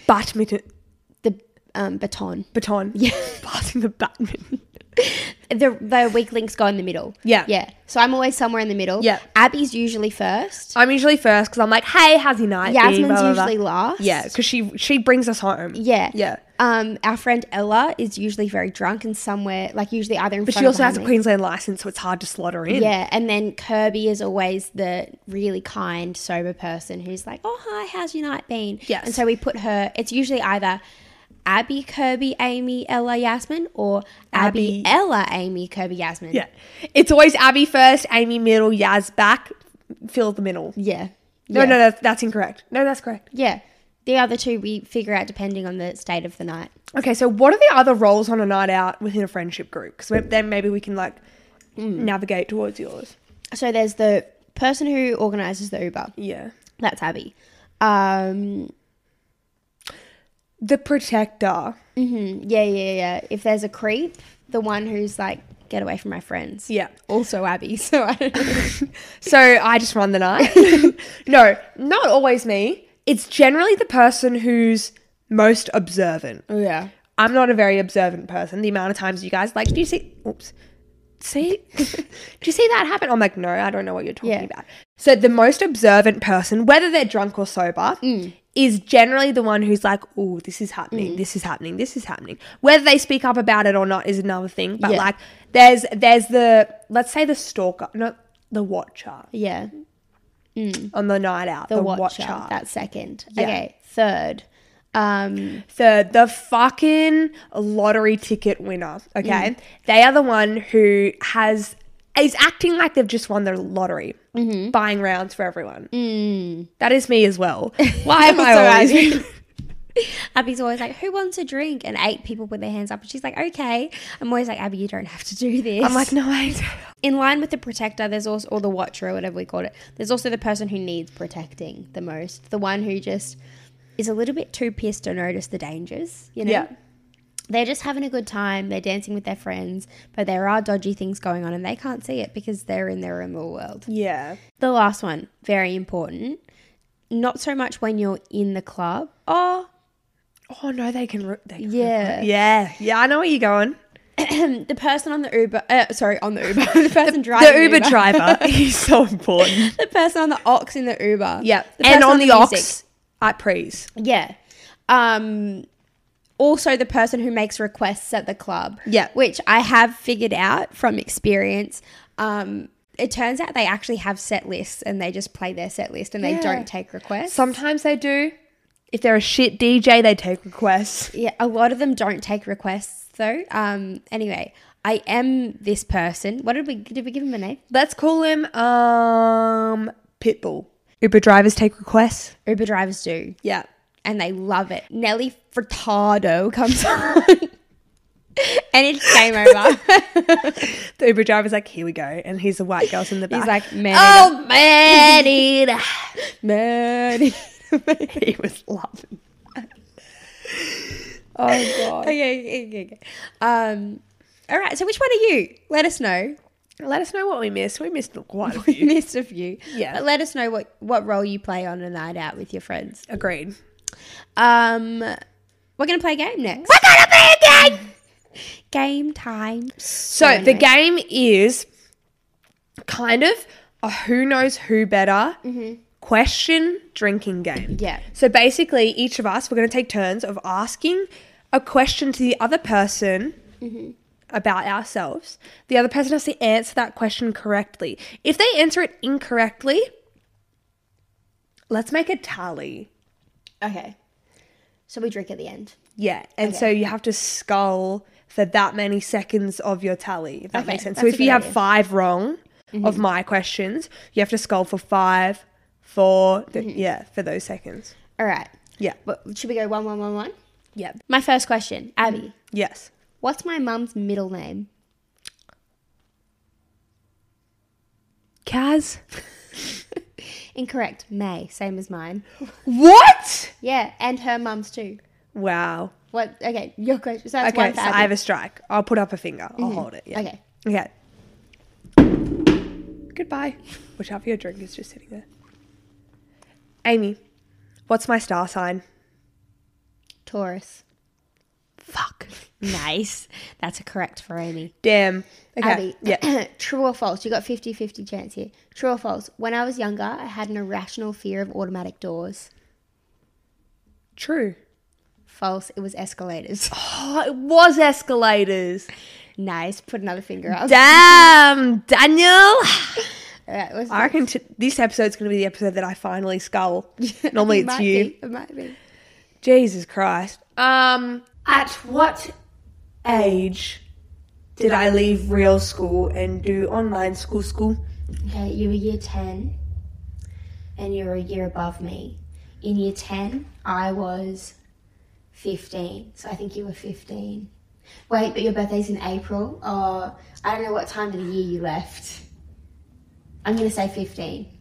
Speaker 2: badminton
Speaker 4: the um, baton.
Speaker 2: baton. Yeah. Passing the badminton.
Speaker 4: The the weak links go in the middle.
Speaker 2: Yeah.
Speaker 4: yeah. So I'm always somewhere in the middle.
Speaker 2: Yeah.
Speaker 4: Abby's usually first.
Speaker 2: I'm usually first because I'm like, hey, how's your night? been?"
Speaker 4: Yasmin's
Speaker 2: Blah, blah, blah.
Speaker 4: usually last.
Speaker 2: Yeah, because she she brings us home.
Speaker 4: Yeah.
Speaker 2: yeah.
Speaker 4: Um, our friend Ella is usually very drunk and somewhere like usually either in
Speaker 2: But
Speaker 4: front
Speaker 2: she
Speaker 4: or
Speaker 2: also has a
Speaker 4: behind me.
Speaker 2: Queensland license, so it's hard to slot her in.
Speaker 4: Yeah, and then Kirby is always the really kind, sober person who's like, "Oh, hi, how's your night been?"
Speaker 2: Yes.
Speaker 4: And so we put her. It's usually either Abby, Kirby, Amy, Ella, Yasmin, or
Speaker 2: Abby.
Speaker 4: Abby, Ella, Amy, Kirby, Yasmin.
Speaker 2: yeah. It's always Abby first, Amy middle, Yaz back, fill the middle.
Speaker 4: yeah.
Speaker 2: No,
Speaker 4: yeah.
Speaker 2: no, no, that's incorrect. No, that's correct.
Speaker 4: Yeah. The other two we figure out depending on the state of the night.
Speaker 2: Okay, so what are the other roles on a night out within a friendship group? Because then maybe we can like
Speaker 4: Mm.
Speaker 2: navigate towards yours.
Speaker 4: So there's the person who organizes the Uber.
Speaker 2: Yeah.
Speaker 4: That's Abby. Um,
Speaker 2: The protector.
Speaker 4: yeah, yeah, yeah. If there's a creep, the one who's like, get away from my friends.
Speaker 2: Yeah.
Speaker 4: Also Abby. So I don't know.
Speaker 2: So I just run the night. no, not always me. It's generally the person who's most observant.
Speaker 4: yeah.
Speaker 2: I'm not a very observant person. The amount of times you guys like, do you see? Oops. See? do you see that happen? I'm like, no, I don't know what you're talking
Speaker 4: Yeah.
Speaker 2: about. So the most observant person, whether they're drunk or sober,
Speaker 4: Mm.
Speaker 2: is generally the one who's like, oh, this is happening, this is happening, this is happening. Whether they speak up about it or not is another thing. But
Speaker 4: Yeah.
Speaker 2: like, there's there's the let's say the stalker, not the watcher
Speaker 4: Yeah.
Speaker 2: on the night out.
Speaker 4: The, watcher. That's second.
Speaker 2: Yeah.
Speaker 4: Okay. Third. Um,
Speaker 2: Third, the fucking lottery ticket winner. Okay.
Speaker 4: Mm.
Speaker 2: They are the one who has is acting like they've just won the lottery,
Speaker 4: Mm-hmm.
Speaker 2: buying rounds for everyone.
Speaker 4: Mm.
Speaker 2: That is me as well. Why am I
Speaker 4: So
Speaker 2: always?
Speaker 4: Abby- Abby's always like, "Who wants a drink?" And eight people put their hands up, and she's like, "Okay." I'm always like, "Abby, you don't have to do this."
Speaker 2: I'm like, no, I.
Speaker 4: in line with the protector, there's also, or the watcher, or whatever we call it, there's also the person who needs protecting the most. The one who just is a little bit too pissed to notice the dangers, you know?
Speaker 2: Yeah.
Speaker 4: They're just having a good time, they're dancing with their friends, but there are dodgy things going on and they can't see it because they're in their own little world.
Speaker 2: Yeah.
Speaker 4: The last one, very important. Not so much when you're in the club. Oh,
Speaker 2: Oh no, they can. ru- They can
Speaker 4: Yeah.
Speaker 2: Yeah. Yeah. I know where you're going.
Speaker 4: the person on the Uber, uh, sorry, on the Uber, the person driving
Speaker 2: The Uber driver is so important.
Speaker 4: the person on the ox in the Uber,
Speaker 2: Yeah.
Speaker 4: The
Speaker 2: And
Speaker 4: person
Speaker 2: on the,
Speaker 4: music.
Speaker 2: ox at prees.
Speaker 4: Yeah. Um also the person who makes requests at the club.
Speaker 2: Yeah.
Speaker 4: Which I have figured out from experience. Um it turns out they actually have set lists and they just play their set list and they don't take requests.
Speaker 2: Sometimes they do. If they're a shit DJ, they take requests.
Speaker 4: yeah, a lot of them don't take requests though. Um anyway, I am this person. What did we did we give him a name?
Speaker 2: Let's call him um Pitbull. Uber drivers take requests.
Speaker 4: Uber drivers do.
Speaker 2: Yeah.
Speaker 4: and they love it. Nelly Furtado comes on. and it's game over.
Speaker 2: The Uber driver's like, here we go. And he's the white girls in the back.
Speaker 4: He's like, man.
Speaker 2: oh, man. eater."
Speaker 4: man.
Speaker 2: he was loving. "Oh,
Speaker 4: okay, okay, okay. Um, all right. So, which one are you? Let us know.
Speaker 2: Let us know what we missed. We missed quite a
Speaker 4: We
Speaker 2: few.
Speaker 4: missed a few.
Speaker 2: Yeah.
Speaker 4: But let us know what what role you play on a night out with your friends.
Speaker 2: Agreed.
Speaker 4: Um, we're gonna play a game next. We're gonna play a game. game time.
Speaker 2: So the game is kind of a who knows who better question drinking game.
Speaker 4: Yeah.
Speaker 2: So basically, each of us, we're going to take turns of asking a question to the other person about ourselves. The other person has to answer that question correctly. If they answer it incorrectly, let's make a tally.
Speaker 4: Okay. So we drink at the end.
Speaker 2: Yeah, and so you have to skull for that many seconds of your tally, if that
Speaker 4: Okay, Mm-hmm.
Speaker 2: makes sense. So
Speaker 4: that's a
Speaker 2: if you
Speaker 4: good
Speaker 2: have
Speaker 4: idea.
Speaker 2: five wrong of my questions, you have to skull for five, four, th- yeah, for those seconds.
Speaker 4: All right.
Speaker 2: Yeah.
Speaker 4: Mm-hmm. But should we go one, one, one, Mm-hmm. one?
Speaker 2: Yeah.
Speaker 4: My first question, Abby.
Speaker 2: Yes.
Speaker 4: What's my mum's middle name?
Speaker 2: Kaz.
Speaker 4: Incorrect. May, same as mine.
Speaker 2: What?
Speaker 4: Yeah, and her mum's too.
Speaker 2: Wow.
Speaker 4: What? Okay, your question. So that's
Speaker 2: Okay,
Speaker 4: one
Speaker 2: so
Speaker 4: for
Speaker 2: I have
Speaker 4: Abby.
Speaker 2: a strike. I'll put up a finger. I'll hold it. Yeah.
Speaker 4: Okay.
Speaker 2: Okay. Goodbye. Which half of your drink is just sitting there? Amy, what's my star sign?
Speaker 4: Taurus.
Speaker 2: Fuck.
Speaker 4: Nice. That's a correct for Amy.
Speaker 2: Damn. Okay.
Speaker 4: Abby.
Speaker 2: Yeah.
Speaker 4: True or false? You got 50 50 chance here. True or false? When I was younger, I had an irrational fear of automatic doors.
Speaker 2: True.
Speaker 4: False. It was escalators.
Speaker 2: Oh, it was escalators.
Speaker 4: nice. Put another finger up.
Speaker 2: Damn, Daniel.
Speaker 4: All right, what's-
Speaker 2: I reckon t- this episode's going to be the episode that I finally skull. Normally
Speaker 4: It
Speaker 2: it's
Speaker 4: might
Speaker 2: you.
Speaker 4: be, It might be.
Speaker 2: Jesus Christ. Um, at what age did I leave real school and do online school school?
Speaker 6: Okay, you were year 10 and you were a year above me. In year 10, I was 15. So I think you were 15. Wait, but your birthday's in April? Or I don't know what time of the year you left. I'm going to say 15.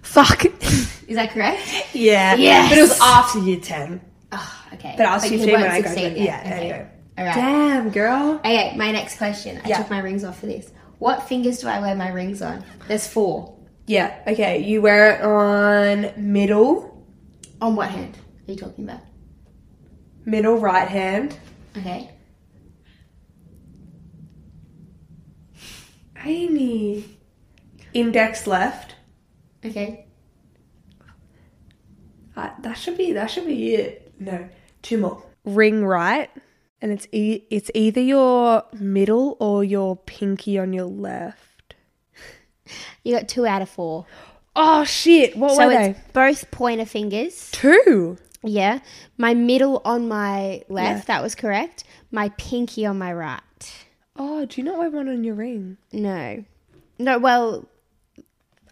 Speaker 2: Fuck.
Speaker 6: Is that correct?
Speaker 2: yeah.
Speaker 6: Yes.
Speaker 2: But it was after year 10.
Speaker 6: Oh, okay.
Speaker 2: But I was
Speaker 6: Like, you
Speaker 2: 15 when
Speaker 6: weren't
Speaker 2: I
Speaker 6: 16
Speaker 2: graduated.
Speaker 6: yet.
Speaker 2: Yeah, there you
Speaker 6: Okay.
Speaker 2: go.
Speaker 6: All right.
Speaker 2: Damn, girl.
Speaker 6: Okay, my next question. I
Speaker 2: Yeah.
Speaker 6: took my rings off for this. What fingers do I wear my rings on? There's four.
Speaker 2: Yeah, okay. You wear it on middle,
Speaker 6: On what hand are you talking about?
Speaker 2: middle right hand.
Speaker 6: Okay.
Speaker 2: Amy. Index left.
Speaker 6: Okay.
Speaker 2: Uh, that should be that should be it. No, two more. Ring right, and it's e- it's either your middle or your pinky on your left.
Speaker 4: You got two out of four.
Speaker 2: Oh shit! What
Speaker 4: So
Speaker 2: were
Speaker 4: it's
Speaker 2: they?
Speaker 4: both pointer fingers.
Speaker 2: Two.
Speaker 4: Yeah. My middle on my left, that was correct. My pinky on my right.
Speaker 2: Oh, do you not wear one on your ring?
Speaker 4: No. No, well,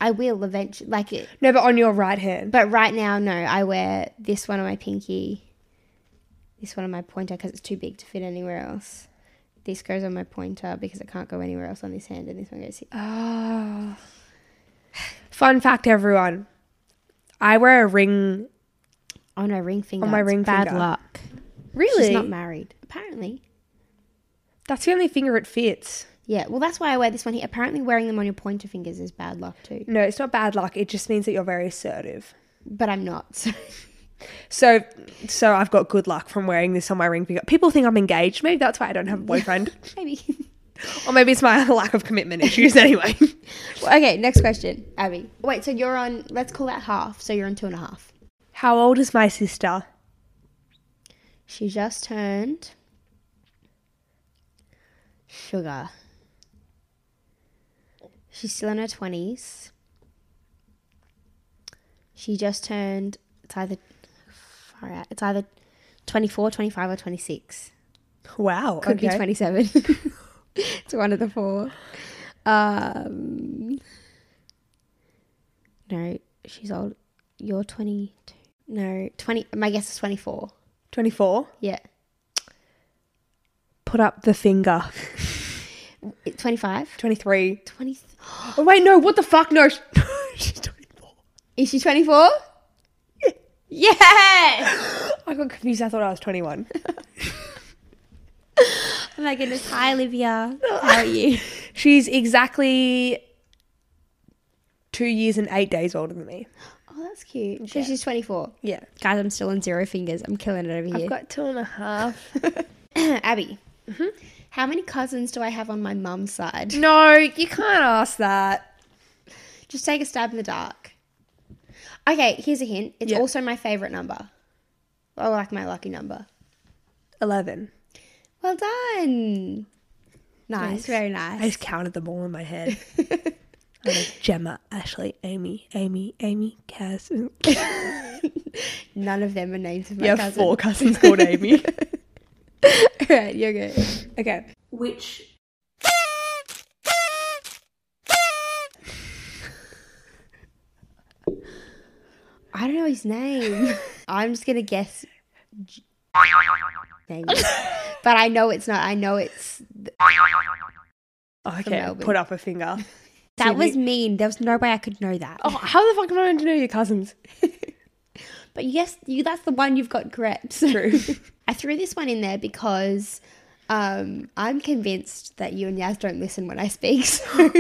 Speaker 4: I will eventually. Like it.
Speaker 2: No, but on your right hand.
Speaker 4: But right now, no. I wear this one on my pinky, this one on my pointer because it's too big to fit anywhere else. This goes on my pointer because it can't go anywhere else on this hand, and this one goes here.
Speaker 2: Fun fact, everyone. I wear a ring.
Speaker 4: on her Oh, ring finger.
Speaker 2: On my
Speaker 4: It's
Speaker 2: ring
Speaker 4: bad
Speaker 2: finger.
Speaker 4: luck.
Speaker 2: Really?
Speaker 4: She's not married, apparently.
Speaker 2: That's the only finger it fits.
Speaker 4: Yeah, well, that's why I wear this one here. Apparently, wearing them on your pointer fingers is bad luck too.
Speaker 2: No, it's not bad luck. It just means that you're very assertive.
Speaker 4: But I'm not. So.
Speaker 2: So, so I've got good luck from wearing this on my ring finger. People think I'm engaged. Maybe that's why I don't have a boyfriend,
Speaker 4: Maybe.
Speaker 2: or maybe it's my lack of commitment issues. Anyway,
Speaker 4: okay, next question, Abby. Wait, so you're on, let's call that half. So you're on two and a half.
Speaker 2: how old is my sister?
Speaker 4: She just turned. Sugar. She's still in her 20s. She just turned. It's either. Far out. It's either 24, 25, or 26.
Speaker 2: Wow,
Speaker 4: Could be
Speaker 2: okay.
Speaker 4: 27. it's one of the four. Um, no, she's old. You're 22. No, 20. My guess is 24.
Speaker 2: 24.
Speaker 4: Yeah.
Speaker 2: Put up the finger.
Speaker 4: 25?
Speaker 2: 23.
Speaker 4: 20
Speaker 2: Oh, wait, no, what the fuck? No. She's 24.
Speaker 4: Is she 24? Yes!
Speaker 2: I got confused. I thought I was 21.
Speaker 4: Oh my goodness. Hi, Olivia. How are you?
Speaker 2: She's exactly two years and eight days older than me.
Speaker 4: Oh, that's cute. So she's 24.
Speaker 2: Yeah.
Speaker 4: Guys, I'm still on zero fingers. I'm killing it over here.
Speaker 2: got two and a half.
Speaker 4: Abby, how many cousins do I have on my mum's side?
Speaker 2: No, you can't ask that.
Speaker 4: Just take a stab in the dark. Okay, here's a hint. It's
Speaker 2: Yeah.
Speaker 4: also my favorite number. I like my lucky number.
Speaker 2: 11.
Speaker 4: Well done. Nice. Very nice.
Speaker 2: I just counted them all in my head. I'm like, Gemma, Ashley, Amy, Amy, Amy, Cass.
Speaker 4: None of them are names of my
Speaker 2: Yeah,
Speaker 4: cousins.
Speaker 2: four cousins called Amy.
Speaker 4: All right, you're good.
Speaker 2: okay.
Speaker 5: Which
Speaker 4: I don't know his name. I'm just gonna guess. J- Name. but I know it's not. I know it's. Oh,
Speaker 2: Okay,
Speaker 4: Melbourne.
Speaker 2: put up a finger.
Speaker 4: That was mean. There was no way I could know that.
Speaker 2: Oh, how the fuck am I going to know your cousins?
Speaker 4: But yes, you. That's the one you've got correct.
Speaker 2: True.
Speaker 4: I threw this one in there because um, I'm convinced that you and Yaz don't listen when I speak.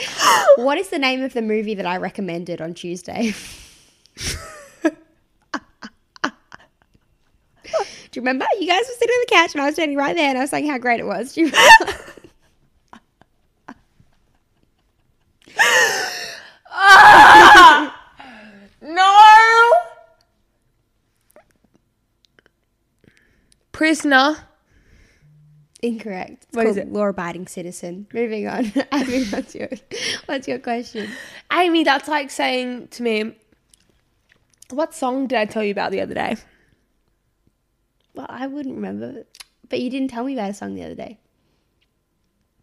Speaker 4: So. what is the name of the movie that I recommended on Tuesday? Do you remember? You guys were sitting on the couch and I was standing right there and I was saying how great it was. Do you remember?
Speaker 2: No! Prisoner.
Speaker 4: Incorrect. It's
Speaker 2: What is
Speaker 4: called
Speaker 2: it?
Speaker 4: Law abiding citizen. Moving on. Abby, what's your, what's your question?
Speaker 2: Amy, that's like saying to me, what song did I tell you about the other day?
Speaker 4: Well, I wouldn't remember, but you didn't tell me about a song the other day.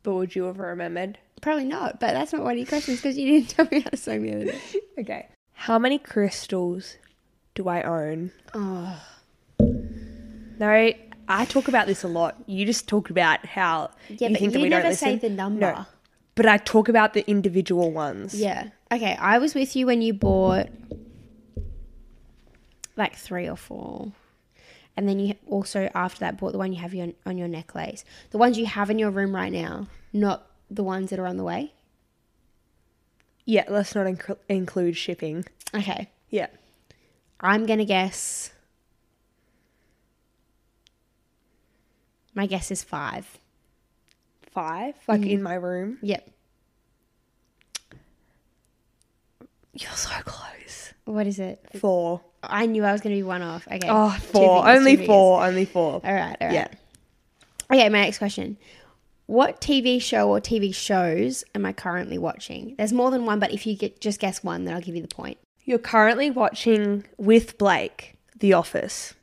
Speaker 2: But would you have remembered?
Speaker 4: Probably not, but that's not one of your questions because you didn't tell me about a song the other day.
Speaker 2: Okay. How many crystals do I own?
Speaker 4: Oh,
Speaker 2: No, I talk about this a lot. You just talked about how
Speaker 4: yeah,
Speaker 2: you
Speaker 4: but
Speaker 2: think
Speaker 4: you
Speaker 2: that we
Speaker 4: never
Speaker 2: don't
Speaker 4: say
Speaker 2: listen.
Speaker 4: the number.
Speaker 2: No, but I talk about the individual ones.
Speaker 4: Yeah. Okay, I was with you when you bought like three or four. And then you also, after that, bought the one you have your, on your necklace. The ones you have in your room right now, not the ones that are on the way.
Speaker 2: Yeah, let's not inc- include shipping.
Speaker 4: Okay.
Speaker 2: Yeah.
Speaker 4: I'm going to guess. My guess is five.
Speaker 2: Five, like
Speaker 4: Mm.
Speaker 2: in my room.
Speaker 4: Yep.
Speaker 2: You're so close.
Speaker 4: What is it?
Speaker 2: Four.
Speaker 4: I knew I was going to be one off. Okay.
Speaker 2: Oh,
Speaker 4: Two
Speaker 2: four.
Speaker 4: fingers, two
Speaker 2: only
Speaker 4: fingers.
Speaker 2: four. Only four.
Speaker 4: All right. All right.
Speaker 2: Yeah.
Speaker 4: Okay, my next question. What TV show or TV shows am I currently watching? There's more than one, but if you get, just guess one, then I'll give you the point.
Speaker 2: You're currently watching with Blake The Office.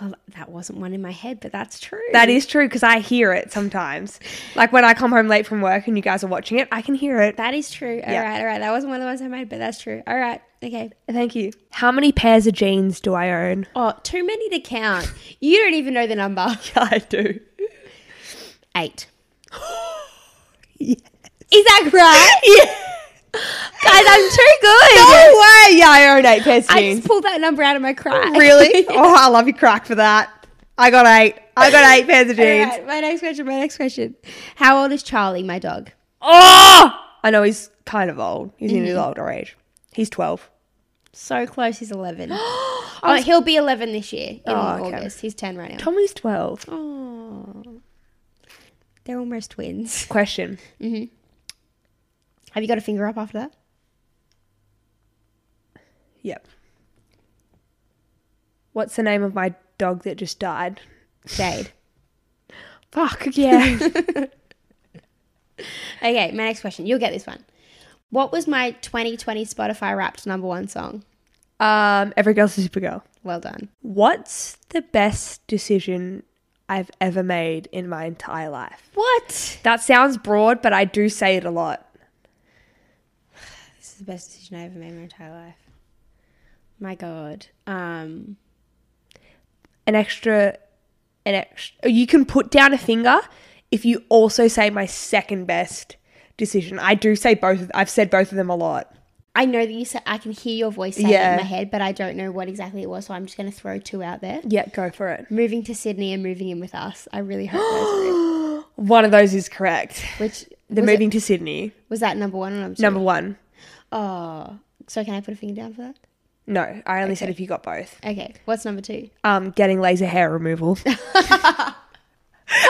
Speaker 4: Well, that wasn't one in my head, but that's true.
Speaker 2: That is true because I hear it sometimes. Like when I come home late from work and you guys are watching it, I can hear it.
Speaker 4: That is true. All right,
Speaker 2: Yeah.
Speaker 4: all right. That wasn't one of the ones I made, but that's true. All right. Okay.
Speaker 2: Thank you. How many pairs of jeans do I own?
Speaker 4: Oh, too many to count. You don't even know the number.
Speaker 2: I do.
Speaker 4: Eight. Is that right? Guys, I'm too good.
Speaker 2: No way! Yeah, I own eight pairs of
Speaker 4: I just
Speaker 2: jeans.
Speaker 4: pulled that number out of my crack.
Speaker 2: Really? Oh, I love you, crack for that. I got eight. I got eight pairs of
Speaker 4: All
Speaker 2: jeans.
Speaker 4: right, my next question. My next question. How old is Charlie, my dog?
Speaker 2: Mm-hmm. Oh! I know he's kind of old. He's in his older age. He's 12.
Speaker 4: So close. He's 11. oh, he'll be 11 this year in August. He's 10 right now.
Speaker 2: Tommy's 12.
Speaker 4: Oh. They're almost twins.
Speaker 2: Question.
Speaker 4: Have you got a finger up after that?
Speaker 2: Yep. What's the name of my dog that just died?
Speaker 4: Jade.
Speaker 2: Fuck, yeah.
Speaker 4: okay, my next question. You'll get this one. What was my 2020 Spotify Wrapped number one song?
Speaker 2: um, every girl's a supergirl.
Speaker 4: Well done.
Speaker 2: What's the best decision I've ever made in my entire life?
Speaker 4: What?
Speaker 2: That sounds broad, but I do say it a lot.
Speaker 4: This is the best decision I ever made in my entire life. My God. Um,
Speaker 2: An extra, an extra. You can put down a finger if you also say my second best decision. I do say both. Of, I've said both of them a lot.
Speaker 4: I know that you said I can hear your voice saying it
Speaker 2: Yeah.
Speaker 4: in my head, but I don't know what exactly it was, so I'm just going to throw two out there.
Speaker 2: Yeah, go for it.
Speaker 4: Moving to Sydney and moving in with us. I really hope those are it.
Speaker 2: One of those is correct.
Speaker 4: Which
Speaker 2: The
Speaker 4: was it-
Speaker 2: moving to Sydney,
Speaker 4: was that number one or number two?
Speaker 2: number one.
Speaker 4: Oh, so can I put a finger down for that?
Speaker 2: No, I only said if you got both.
Speaker 4: Okay, what's number two?
Speaker 2: Um, getting laser hair removal.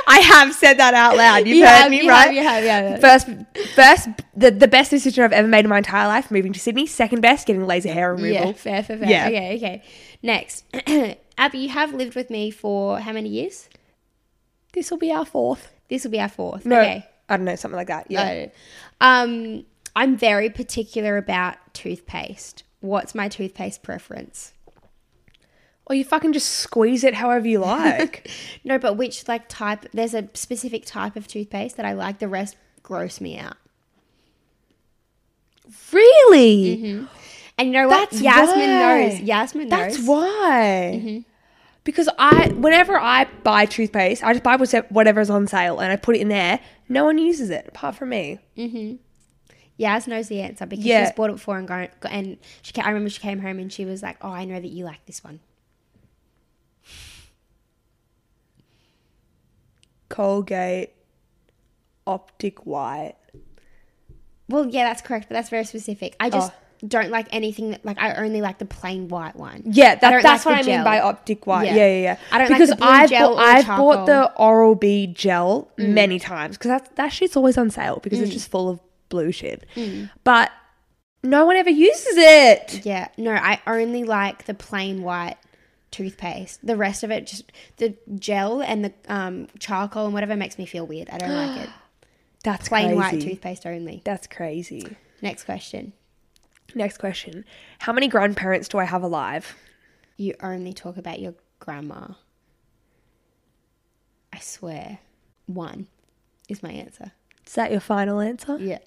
Speaker 2: I have said that out loud. You've
Speaker 4: You
Speaker 2: heard
Speaker 4: have,
Speaker 2: me,
Speaker 4: you
Speaker 2: right?
Speaker 4: have, you have, you have.
Speaker 2: First, first, the, the best decision I've ever made in my entire life: moving to Sydney. Second best, getting laser hair
Speaker 4: Yeah,
Speaker 2: removal.
Speaker 4: fair, fair, fair.
Speaker 2: Yeah.
Speaker 4: Okay, okay. Next, Abby, you have lived with me for how many years?
Speaker 2: This will be our fourth.
Speaker 4: This will be our fourth.
Speaker 2: No,
Speaker 4: Okay.
Speaker 2: Uh, I don't know, something like that. Yeah.
Speaker 4: No. Um, I'm very particular about toothpaste. What's my toothpaste preference?
Speaker 2: Or you fucking just squeeze it however you like.
Speaker 4: No, but which like type? There's a specific type of toothpaste that I like. The rest gross me out.
Speaker 2: really?
Speaker 4: And you know what?
Speaker 2: That's
Speaker 4: Yasmin
Speaker 2: why.
Speaker 4: knows. Yasmin knows.
Speaker 2: That's why.
Speaker 4: Mm-hmm.
Speaker 2: Because I, whenever I buy toothpaste, I just buy whate- whatever's on sale and I put it in there. No one uses it apart from me.
Speaker 4: Yaz knows the answer because
Speaker 2: Yeah.
Speaker 4: she's bought it before and gone, go- and she ca I remember she came home and she was like, "Oh, I know that you like this one."
Speaker 2: Colgate, Optic White.
Speaker 4: Well, yeah, that's correct, but that's very specific. I just
Speaker 2: Oh.
Speaker 4: don't like anything that like I only like the plain white one.
Speaker 2: Yeah,
Speaker 4: I don't
Speaker 2: that, that's
Speaker 4: like
Speaker 2: what I
Speaker 4: the
Speaker 2: mean by
Speaker 4: gel.
Speaker 2: optic white.
Speaker 4: Yeah.
Speaker 2: Yeah, yeah, yeah.
Speaker 4: I don't like
Speaker 2: because
Speaker 4: the blue
Speaker 2: I've
Speaker 4: gel
Speaker 2: bought,
Speaker 4: or
Speaker 2: I've bought the
Speaker 4: charcoal. Mm.
Speaker 2: Oral B gel many times because that that shit's always on sale because it's just full of blue shit.
Speaker 4: Mm.
Speaker 2: But no one ever uses it.
Speaker 4: Yeah, no, I only like the plain white toothpaste. The rest of it, just the gel and the um, charcoal and whatever, makes me feel weird. I don't like it.
Speaker 2: That's
Speaker 4: Plain white
Speaker 2: crazy.
Speaker 4: toothpaste only.
Speaker 2: That's crazy.
Speaker 4: Next question.
Speaker 2: Next question: How many grandparents do I have alive?
Speaker 4: You only talk about your grandma. I swear, one is my answer.
Speaker 2: Is that your final answer?
Speaker 4: Yeah.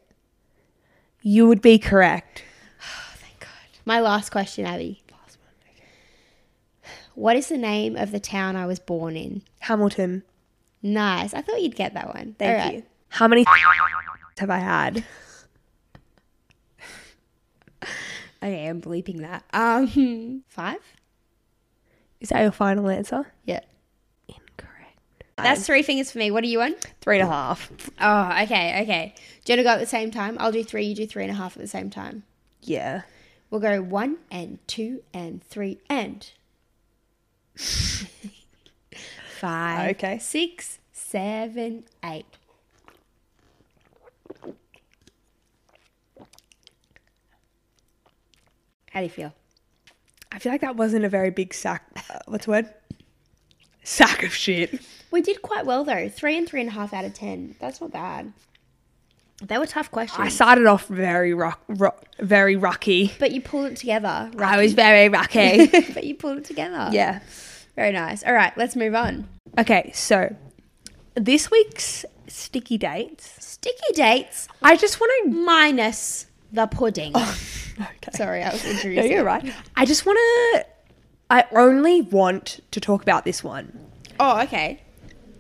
Speaker 2: You would be correct. Oh,
Speaker 4: My last question, Abby. Last one. What is the name of the town I was born in?
Speaker 2: Hamilton.
Speaker 4: Nice. I thought you'd get that one.
Speaker 2: Thank
Speaker 4: All right.
Speaker 2: you. How many have I had?
Speaker 4: Okay, I'm bleeping that. Um, five.
Speaker 2: Is that your final answer?
Speaker 4: Yeah. Incorrect. That's three fingers for me. What are you on?
Speaker 2: Three and a half.
Speaker 4: Oh, okay, okay. Do you want to go at the same time? I'll do three, you do three and a half at the same time.
Speaker 2: Yeah.
Speaker 4: We'll go one and two and three and five,
Speaker 2: Okay.
Speaker 4: six, seven, eight. How do you feel?
Speaker 2: I feel like that wasn't a very big sack. Uh, what's the word? Sack of shit.
Speaker 4: We did quite well though. Three and three and a half out of ten. That's not bad. They were tough questions.
Speaker 2: I started off very rock, rock very rocky.
Speaker 4: But you pulled it together. Right?
Speaker 2: I was very rocky.
Speaker 4: but you pulled it together.
Speaker 2: yeah.
Speaker 4: Very nice. All right, let's move on.
Speaker 2: Okay, so this week's sticky dates.
Speaker 4: Sticky dates
Speaker 2: I just want to.
Speaker 4: minus the pudding.
Speaker 2: Oh, Okay.
Speaker 4: Sorry, I was
Speaker 2: No,
Speaker 4: introducing.
Speaker 2: you're right. I just want to. I only want to talk about this one.
Speaker 4: oh, okay.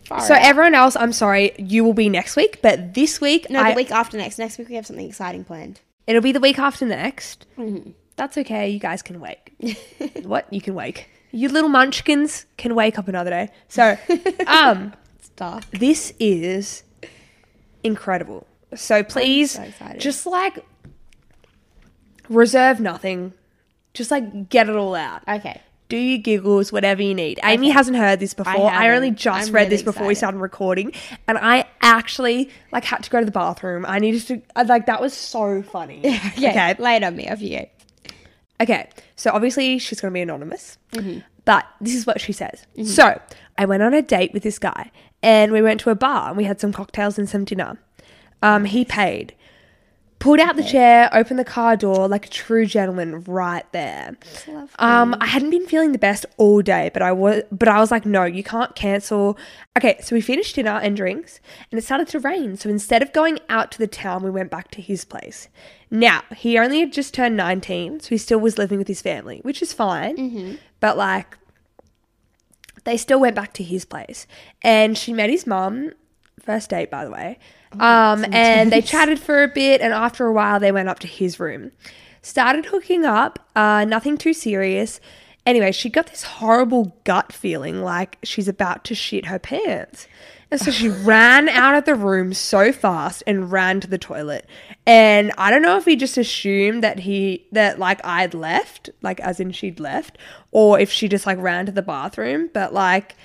Speaker 4: Far
Speaker 2: so
Speaker 4: out.
Speaker 2: everyone else, I'm sorry, you will be next week, but this week,
Speaker 4: no, the
Speaker 2: I-
Speaker 4: week after next. Next week we have something exciting planned.
Speaker 2: It'll be the week after next.
Speaker 4: Mm-hmm.
Speaker 2: That's okay. You guys can wake. what? You can wake. You little munchkins can wake up another day. So, um,
Speaker 4: It's dark.
Speaker 2: this is incredible. So please,
Speaker 4: excited.
Speaker 2: just like reserve nothing. Just like get it all out.
Speaker 4: Okay.
Speaker 2: Do your giggles, whatever you need. Amy hasn't heard this before. I, only
Speaker 4: haven't.
Speaker 2: just
Speaker 4: I'm
Speaker 2: read
Speaker 4: really
Speaker 2: this before we
Speaker 4: excited.
Speaker 2: started recording, and I actually like had to go to the bathroom. I needed to I- like that was so funny.
Speaker 4: Yeah, lay it on me. Off you go.
Speaker 2: Okay, so obviously she's going to be anonymous,
Speaker 4: Mm-hmm.
Speaker 2: but this is what she says. So I went on a date with this guy, and we went to a bar and we had some cocktails and some dinner. Um, he paid, pulled out the chair, opened the car door like a true gentleman right there. Um, I hadn't been feeling the best all day, but I was, but I was like, no, you can't cancel. Okay, so we finished dinner and drinks, and it started to rain. So instead of going out to the town, we went back to his place. Now, he only had just turned 19, so he still was living with his family, which is fine. But like, they still went back to his place. And she met his mum, first date, by the way. um, and they chatted for a bit. And after a while, they went up to his room. Started hooking up, uh, nothing too serious. Anyway, she got this horrible gut feeling like she's about to shit her pants. And so she ran out of the room so fast and ran to the toilet. And I don't know if he just assumed that he that like I'd left, like as in she'd left, or if she just like ran to the bathroom, but like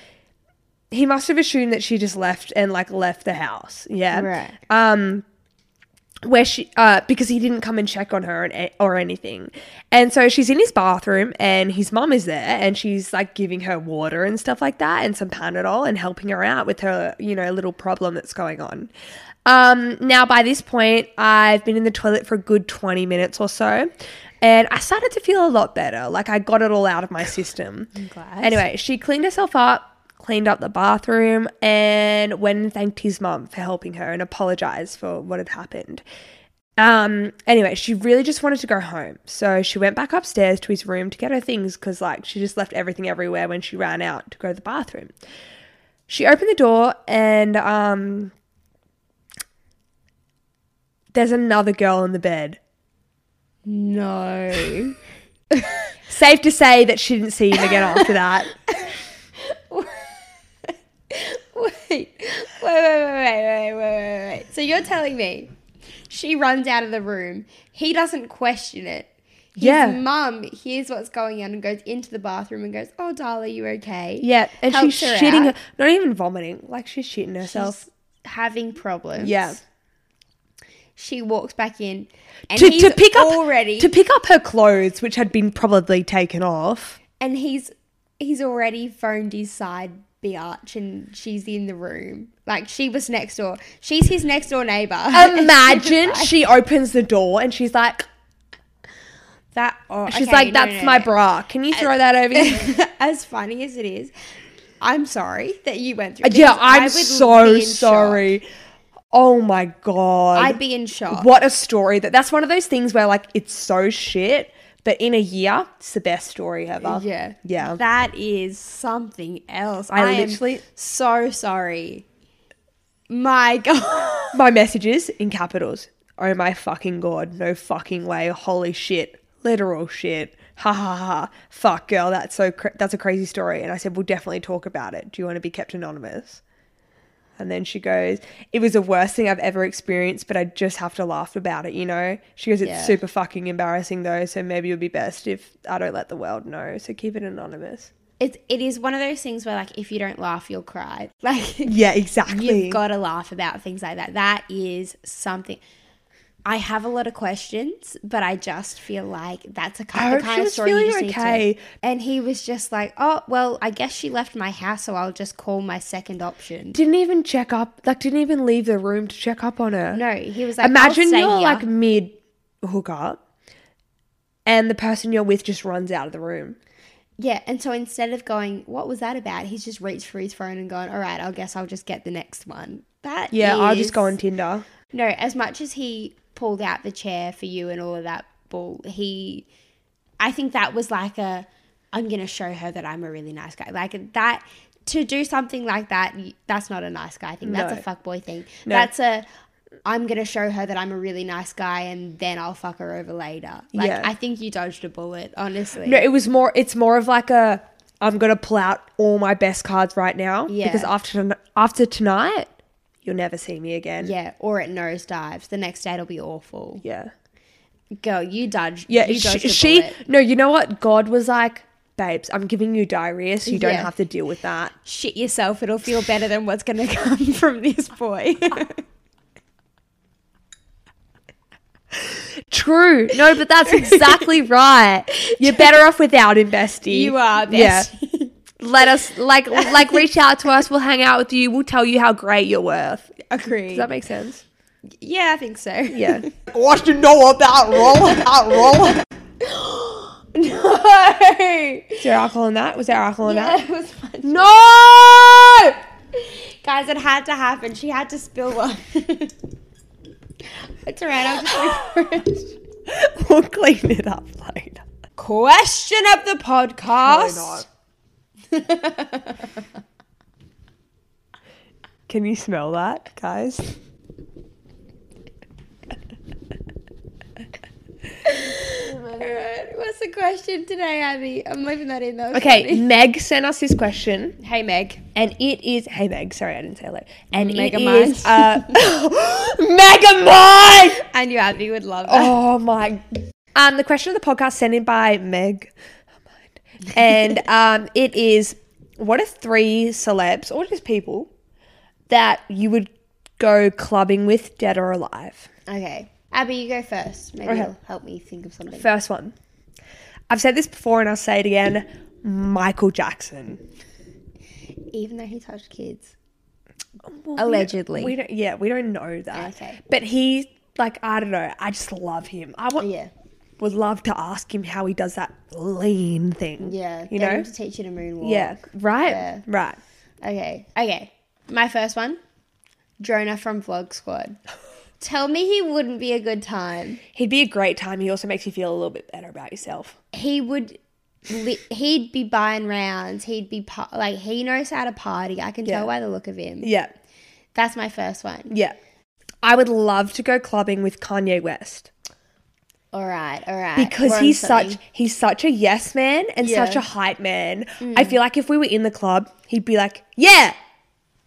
Speaker 2: he must have assumed that she just left and like left the house. Yeah.
Speaker 4: Right.
Speaker 2: Where she, uh, because he didn't come and check on her and, eh, or anything. And so she's in his bathroom and his mum is there and she's like giving her water and stuff like that and some Panadol and helping her out with her, you know, little problem that's going on. Um, now, by this point, I've been in the toilet for a good 20 minutes or so. And I started to feel a lot better. Like I got it all out of my system. Anyway, she cleaned herself up, cleaned up the bathroom, and went and thanked his mum for helping her and apologized for what had happened. Um, anyway, she really just wanted to go home. So she went back upstairs to his room to get her things because, like, she just left everything everywhere when she ran out to go to the bathroom. She opened the door and, um, there's another girl in the bed.
Speaker 4: No.
Speaker 2: Safe to say that she didn't see him again after that.
Speaker 4: wait, wait, wait, wait, wait, wait, wait, wait, wait. So you're telling me she runs out of the room. He doesn't question it. His
Speaker 2: Yeah.
Speaker 4: mum hears what's going on and goes into the bathroom and goes, "Oh, darling, you okay?"
Speaker 2: Yeah, and
Speaker 4: Helps
Speaker 2: she's
Speaker 4: her
Speaker 2: shitting,
Speaker 4: out.
Speaker 2: her, not even vomiting, like she's shitting herself.
Speaker 4: She's having problems.
Speaker 2: yeah,
Speaker 4: She walks back in and
Speaker 2: to,
Speaker 4: he's
Speaker 2: to pick up
Speaker 4: already
Speaker 2: to pick up her clothes, which had been probably taken off.
Speaker 4: and he's he's already phoned his side biatch and she's in the room. Like she was next door. She's his next door neighbor.
Speaker 2: Imagine she opens the door and she's like,
Speaker 4: that oh,
Speaker 2: she's
Speaker 4: okay,
Speaker 2: like,
Speaker 4: no, no,
Speaker 2: "That's
Speaker 4: no,
Speaker 2: my
Speaker 4: no.
Speaker 2: bra. Can you throw that over?" here?
Speaker 4: as funny as it is, I'm sorry that you went through.
Speaker 2: Uh, yeah,
Speaker 4: because I
Speaker 2: I'm
Speaker 4: would
Speaker 2: so
Speaker 4: be in shock.
Speaker 2: sorry. Oh my god,
Speaker 4: I'd be in shock.
Speaker 2: What a story! That that's one of those things where like it's so shit, but in a year, it's the best story ever.
Speaker 4: Yeah,
Speaker 2: yeah.
Speaker 4: That is something else.
Speaker 2: I
Speaker 4: I, am
Speaker 2: literally-
Speaker 4: so sorry. My God.
Speaker 2: My messages in capitals. Oh my fucking god. No fucking way. Holy shit. Literal shit. Ha ha ha. Fuck girl, that's so cra- that's a crazy story. And I said, "We'll definitely talk about it. Do you want to be kept anonymous?" And then she goes, "It was the worst thing I've ever experienced, but I just have to laugh about it, you know." She goes, "It's
Speaker 4: Yeah.
Speaker 2: super fucking embarrassing though, so maybe it would be best if I don't let the world know. So keep it anonymous."
Speaker 4: It, it is one of those things where, like, if you don't laugh, you'll cry. Like,
Speaker 2: Yeah, exactly.
Speaker 4: you've got to laugh about things like that. That is something. I have a lot of questions, but I just feel like that's a
Speaker 2: I
Speaker 4: kind, the
Speaker 2: hope she
Speaker 4: kind of
Speaker 2: was
Speaker 4: story you
Speaker 2: feeling
Speaker 4: just need to-
Speaker 2: okay.
Speaker 4: And he was just like, "Oh, well, I guess she left my house, so I'll just call my second option."
Speaker 2: didn't even check up, like didn't even leave the room to check up on her.
Speaker 4: Oh, No, he was like,
Speaker 2: imagine
Speaker 4: "I'll stay
Speaker 2: you're
Speaker 4: here."
Speaker 2: like mid hookup and the person you're with just runs out of the room
Speaker 4: yeah." And so instead of going, "What was that about?" He's just reached for his phone and gone, "All right, I guess I'll just get the next one." That
Speaker 2: yeah i'll just
Speaker 4: is-
Speaker 2: go on tinder
Speaker 4: No, as much as he pulled out the chair for you and all of that bull, he, I think that was like a, I'm gonna show her that I'm a really nice guy. Like that, to do something like that, y- that's not a nice guy thing. That's a
Speaker 2: No.
Speaker 4: fuck boy thing. That's a, I'm gonna show her that I'm a really nice guy and then I'll fuck her over later. Like
Speaker 2: Yeah.
Speaker 4: I think you dodged a bullet, honestly.
Speaker 2: no it was more it's more of like a i'm gonna pull out all my best cards right now
Speaker 4: Yeah.
Speaker 2: because after ton- after tonight you'll never see me again
Speaker 4: yeah, or it nosedives. The next date will be awful.
Speaker 2: yeah
Speaker 4: Girl, you dodged.
Speaker 2: Yeah,
Speaker 4: you
Speaker 2: she,
Speaker 4: dodged a
Speaker 2: she
Speaker 4: bullet.
Speaker 2: no, you know what? God was like, babes, I'm giving you diarrhea, so you don't
Speaker 4: Yeah.
Speaker 2: have to deal with that.
Speaker 4: shit yourself. It'll feel better than what's going to come from this boy.
Speaker 2: True. No, but that's exactly right. You're better off without him, bestie.
Speaker 4: you are.
Speaker 2: Yeah.
Speaker 4: Best. Yeah.
Speaker 2: Let us like like reach out to us. We'll hang out with you. We'll tell you how great you're worth. Does
Speaker 4: Agreed.
Speaker 2: that make sense?
Speaker 4: yeah, I think so.
Speaker 2: Yeah.
Speaker 7: What you know about roll? About roll?
Speaker 2: Is there alcohol in that? Was there alcohol in that?
Speaker 4: That was fun.
Speaker 2: No.
Speaker 4: Guys, it had to happen. She had to spill one. it's all right. I'll just wait for it.
Speaker 2: We'll clean it up later.
Speaker 4: Question of the podcast.
Speaker 2: Can you smell that, guys?
Speaker 4: Alright, What's the question today, Abby? I'm leaving that in though.
Speaker 2: Okay, Meg sent us this question.
Speaker 4: Hey, Meg.
Speaker 2: and it is hey Meg, sorry I didn't say hello. And it
Speaker 4: Megamind.
Speaker 2: is uh, Megamind.
Speaker 4: I knew Abby would love that.
Speaker 2: Oh my! Um, the question of the podcast sent in by Meg, and um, it is: What are three celebs or just people that you would go clubbing with, dead or alive?
Speaker 4: Okay. Abby, you go first. Maybe
Speaker 2: Okay.
Speaker 4: you'll help me think of something.
Speaker 2: First one. I've said this before, and I'll say it again: Michael Jackson.
Speaker 4: Even though he touched kids. Allegedly.
Speaker 2: We don't. Yeah, we don't know that.
Speaker 4: Okay.
Speaker 2: But he, like, I don't know. I just love him. I want.
Speaker 4: yeah.
Speaker 2: Would love to ask him how he does that lean thing.
Speaker 4: Yeah.
Speaker 2: You
Speaker 4: get him
Speaker 2: know.
Speaker 4: to teach you to moonwalk.
Speaker 2: Yeah. Right.
Speaker 4: Yeah.
Speaker 2: Right.
Speaker 4: Okay. Okay. My first one. Jonah from Vlog Squad. Tell me he wouldn't be a good time.
Speaker 2: He'd be a great time. He also makes you feel a little bit better about yourself.
Speaker 4: He would. Li- he'd be buying rounds. He'd be pa- like he knows how to party. I can
Speaker 2: Yeah.
Speaker 4: tell by the look of him.
Speaker 2: Yeah.
Speaker 4: That's my first one.
Speaker 2: Yeah. I would love to go clubbing with Kanye West
Speaker 4: All right. All right.
Speaker 2: because
Speaker 4: We're on
Speaker 2: he's
Speaker 4: something.
Speaker 2: such he's such a yes man and
Speaker 4: Yeah. Hmm.
Speaker 2: such a hype man. I feel like if we were in the club, he'd be like, "Yeah,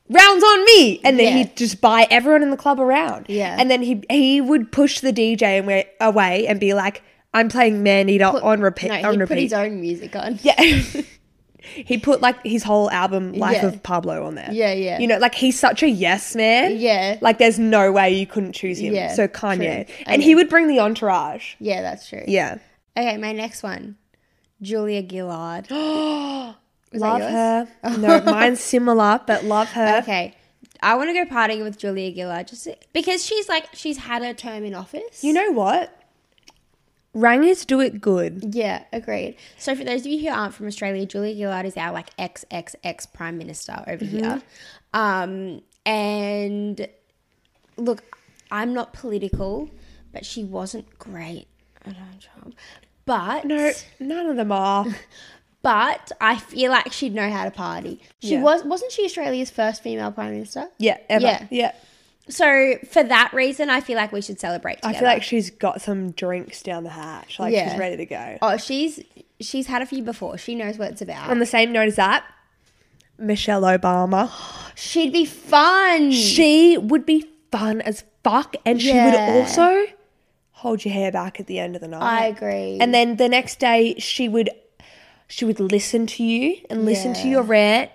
Speaker 2: rounds on me," and then
Speaker 4: Yeah.
Speaker 2: he'd just buy everyone in the club around.
Speaker 4: Yeah.
Speaker 2: and then he he would push the DJ and we away and be like, "I'm playing Man Eater on repeat."
Speaker 4: No,
Speaker 2: on
Speaker 4: he
Speaker 2: repeat.
Speaker 4: put his own music on.
Speaker 2: Yeah. he put like his whole album Life
Speaker 4: Yeah.
Speaker 2: of Pablo on there.
Speaker 4: Yeah, yeah.
Speaker 2: You know, like he's such a yes man.
Speaker 4: Yeah.
Speaker 2: Like there's no way you couldn't choose him.
Speaker 4: Yeah,
Speaker 2: so Kanye.
Speaker 4: true.
Speaker 2: And
Speaker 4: Okay.
Speaker 2: he would bring the entourage.
Speaker 4: Yeah, that's true.
Speaker 2: Yeah.
Speaker 4: Okay, my next one. Julia Gillard.
Speaker 2: love her. no, mine's similar, but love her.
Speaker 4: okay. I want to go partying with Julia Gillard just because she's like she's had her term in office.
Speaker 2: You know what? Rangers do it good.
Speaker 4: Yeah, agreed. So for those of you who aren't from Australia, Julia Gillard is our like ex ex ex prime minister over
Speaker 2: Mm-hmm.
Speaker 4: here. Um and look, I'm not political, but she wasn't great at her job. But
Speaker 2: No, none of them are.
Speaker 4: but I feel like she'd know how to party. She
Speaker 2: Yeah.
Speaker 4: was wasn't she Australia's first female prime minister?
Speaker 2: Yeah, ever.
Speaker 4: Yeah.
Speaker 2: Yeah.
Speaker 4: So for that reason, I feel like we should celebrate.
Speaker 2: I
Speaker 4: Together.
Speaker 2: feel like she's got some drinks down the hatch. Like
Speaker 4: Yeah.
Speaker 2: she's ready to go.
Speaker 4: oh, she's she's had a few before. She knows what it's about.
Speaker 2: On the same note as that, Michelle Obama.
Speaker 4: She'd be fun.
Speaker 2: she would be fun as fuck and she
Speaker 4: Yeah.
Speaker 2: would also hold your hair back at the end of the night
Speaker 4: I agree.
Speaker 2: and then the next day she would she would listen to you and listen to your rant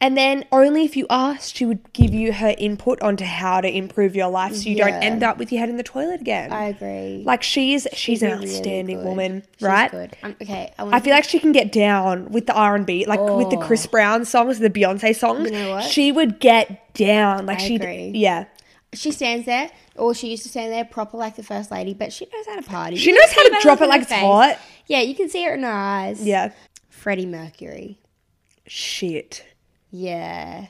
Speaker 2: and then only if you asked she would give you her input onto how to improve your life so you
Speaker 4: Yeah.
Speaker 2: don't end up with your head in the toilet again
Speaker 4: I agree.
Speaker 2: like she is she's an
Speaker 4: Really
Speaker 2: outstanding
Speaker 4: good.
Speaker 2: woman
Speaker 4: She's
Speaker 2: right
Speaker 4: Good. Um, okay. I, wanna
Speaker 2: I feel like she can get down with the R and B, like with the Chris Brown songs, the Beyonce songs.
Speaker 4: Oh. know what?
Speaker 2: She would get down, like she,
Speaker 4: agree.
Speaker 2: would yeah.
Speaker 4: she stands there, or she used to stand there proper like the first lady, but she knows how to party.
Speaker 2: She
Speaker 4: You
Speaker 2: knows
Speaker 4: can
Speaker 2: how
Speaker 4: see
Speaker 2: to
Speaker 4: by the
Speaker 2: drop
Speaker 4: look
Speaker 2: it
Speaker 4: on
Speaker 2: like
Speaker 4: her
Speaker 2: it's
Speaker 4: face.
Speaker 2: hot.
Speaker 4: Yeah, you can see it in her eyes.
Speaker 2: Yeah.
Speaker 4: Freddie Mercury.
Speaker 2: Shit.
Speaker 4: Yeah.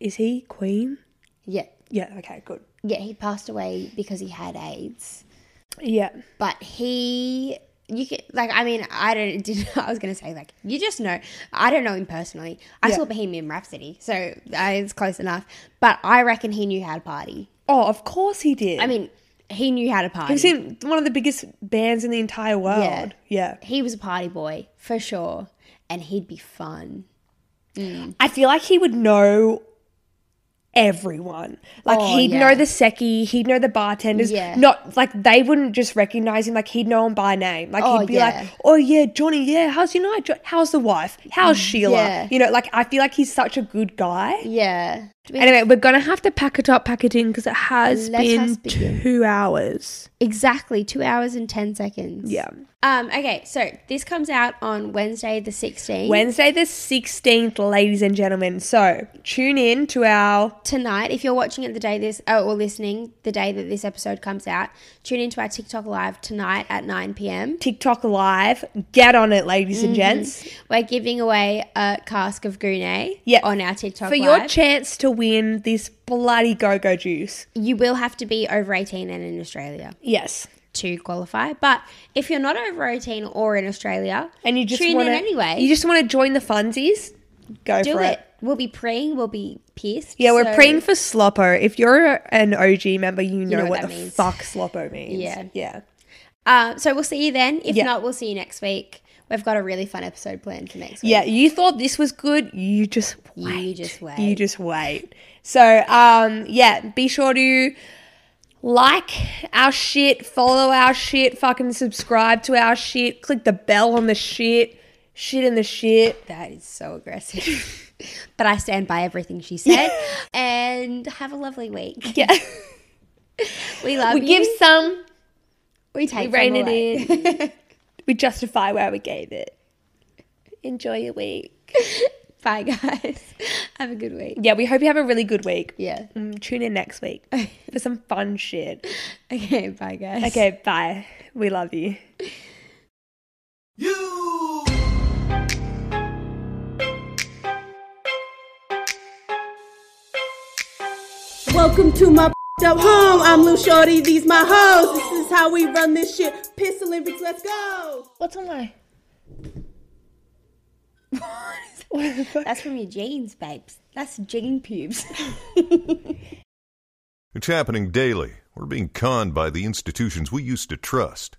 Speaker 2: Is he Queen?
Speaker 4: Yeah.
Speaker 2: Yeah. Okay. Good.
Speaker 4: Yeah. He passed away because he had AIDS.
Speaker 2: Yeah.
Speaker 4: but he you can like i mean i don't did i was gonna say like you just know i don't know him personally i saw bohemian rhapsody so I, it's close enough but i reckon he knew how to party
Speaker 2: Oh, of course he did.
Speaker 4: i mean he knew how to party
Speaker 2: he's in one of the biggest bands in the entire world. Yeah.
Speaker 4: he was a party boy for sure and he'd be fun
Speaker 2: I feel like he would know everyone. Like
Speaker 4: Oh,
Speaker 2: he'd
Speaker 4: yeah.
Speaker 2: know the seki, he'd know the bartenders.
Speaker 4: Yeah.
Speaker 2: Not like they wouldn't just recognize him. Like he'd know him by name. Like
Speaker 4: Oh,
Speaker 2: he'd be
Speaker 4: yeah.
Speaker 2: like, "Oh yeah, Johnny. Yeah, how's your night? Jo- How's the wife? How's Sheila?
Speaker 4: yeah.
Speaker 2: You know, like I feel like he's such a good guy."
Speaker 4: Yeah. Do we-
Speaker 2: Anyway, we're gonna have to pack it up, pack it in, because it has
Speaker 4: Let us
Speaker 2: been
Speaker 4: begin.
Speaker 2: two hours.
Speaker 4: exactly. Two hours and 10 seconds.
Speaker 2: Yeah.
Speaker 4: Um, okay. So this comes out on Wednesday, the 16th.
Speaker 2: Wednesday the 16th, ladies and gentlemen. So tune in to our
Speaker 4: tonight, if you're watching it the day this oh, or listening the day that this episode comes out, tune into our TikTok live tonight at 9 p.m.
Speaker 2: TikTok live. Get on it, ladies and
Speaker 4: Mm-hmm.
Speaker 2: gents.
Speaker 4: We're giving away a cask of Goonay
Speaker 2: Yeah.
Speaker 4: on our TikTok
Speaker 2: For
Speaker 4: live.
Speaker 2: your chance to win this bloody go go juice.
Speaker 4: you will have to be over 18 and in Australia
Speaker 2: Yes.
Speaker 4: to qualify. But if you're not over 18 or in Australia,
Speaker 2: And you just
Speaker 4: tune
Speaker 2: want
Speaker 4: in anyway.
Speaker 2: You just want to join the funsies? Go
Speaker 4: do
Speaker 2: for
Speaker 4: it.
Speaker 2: it.
Speaker 4: We'll be praying. We'll be pierced.
Speaker 2: Yeah, we're
Speaker 4: so-
Speaker 2: praying for Sloppo. If you're an OG member, you know,
Speaker 4: know what
Speaker 2: what,
Speaker 4: that
Speaker 2: the
Speaker 4: means.
Speaker 2: fuck Sloppo means.
Speaker 4: Yeah.
Speaker 2: Yeah.
Speaker 4: Um, so we'll see you then. If
Speaker 2: Yeah.
Speaker 4: not, we'll see you next week. We've got a really fun episode planned for next week.
Speaker 2: Yeah, you thought this was good. You just
Speaker 4: You
Speaker 2: wait.
Speaker 4: just wait.
Speaker 2: You just wait. So, um, yeah, be sure to like our shit, follow our shit, fucking subscribe to our shit, click the bell on the shit, shit in the shit.
Speaker 4: That is so aggressive. but I stand by everything she said. and have a lovely week.
Speaker 2: Yeah,
Speaker 4: We love
Speaker 2: we
Speaker 4: you.
Speaker 2: give some,
Speaker 4: we take
Speaker 2: we rein
Speaker 4: some
Speaker 2: it
Speaker 4: away.
Speaker 2: in, we justify where we gave it. Enjoy your week.
Speaker 4: Bye, guys. Have a good week.
Speaker 2: Yeah, we hope you have a really good week.
Speaker 4: Yeah.
Speaker 2: Mm, Tune in next week for some fun shit.
Speaker 4: Okay. Bye, guys.
Speaker 2: Okay, bye. We love you.
Speaker 5: Welcome to my up home. I'm Lou Shorty. These my hoes. This is how we run this shit. Piss Olympics. Let's go.
Speaker 2: What's on my?
Speaker 4: That's from your jeans, babes. That's jean pubes.
Speaker 8: It's happening daily. We're being conned by the institutions we used to trust.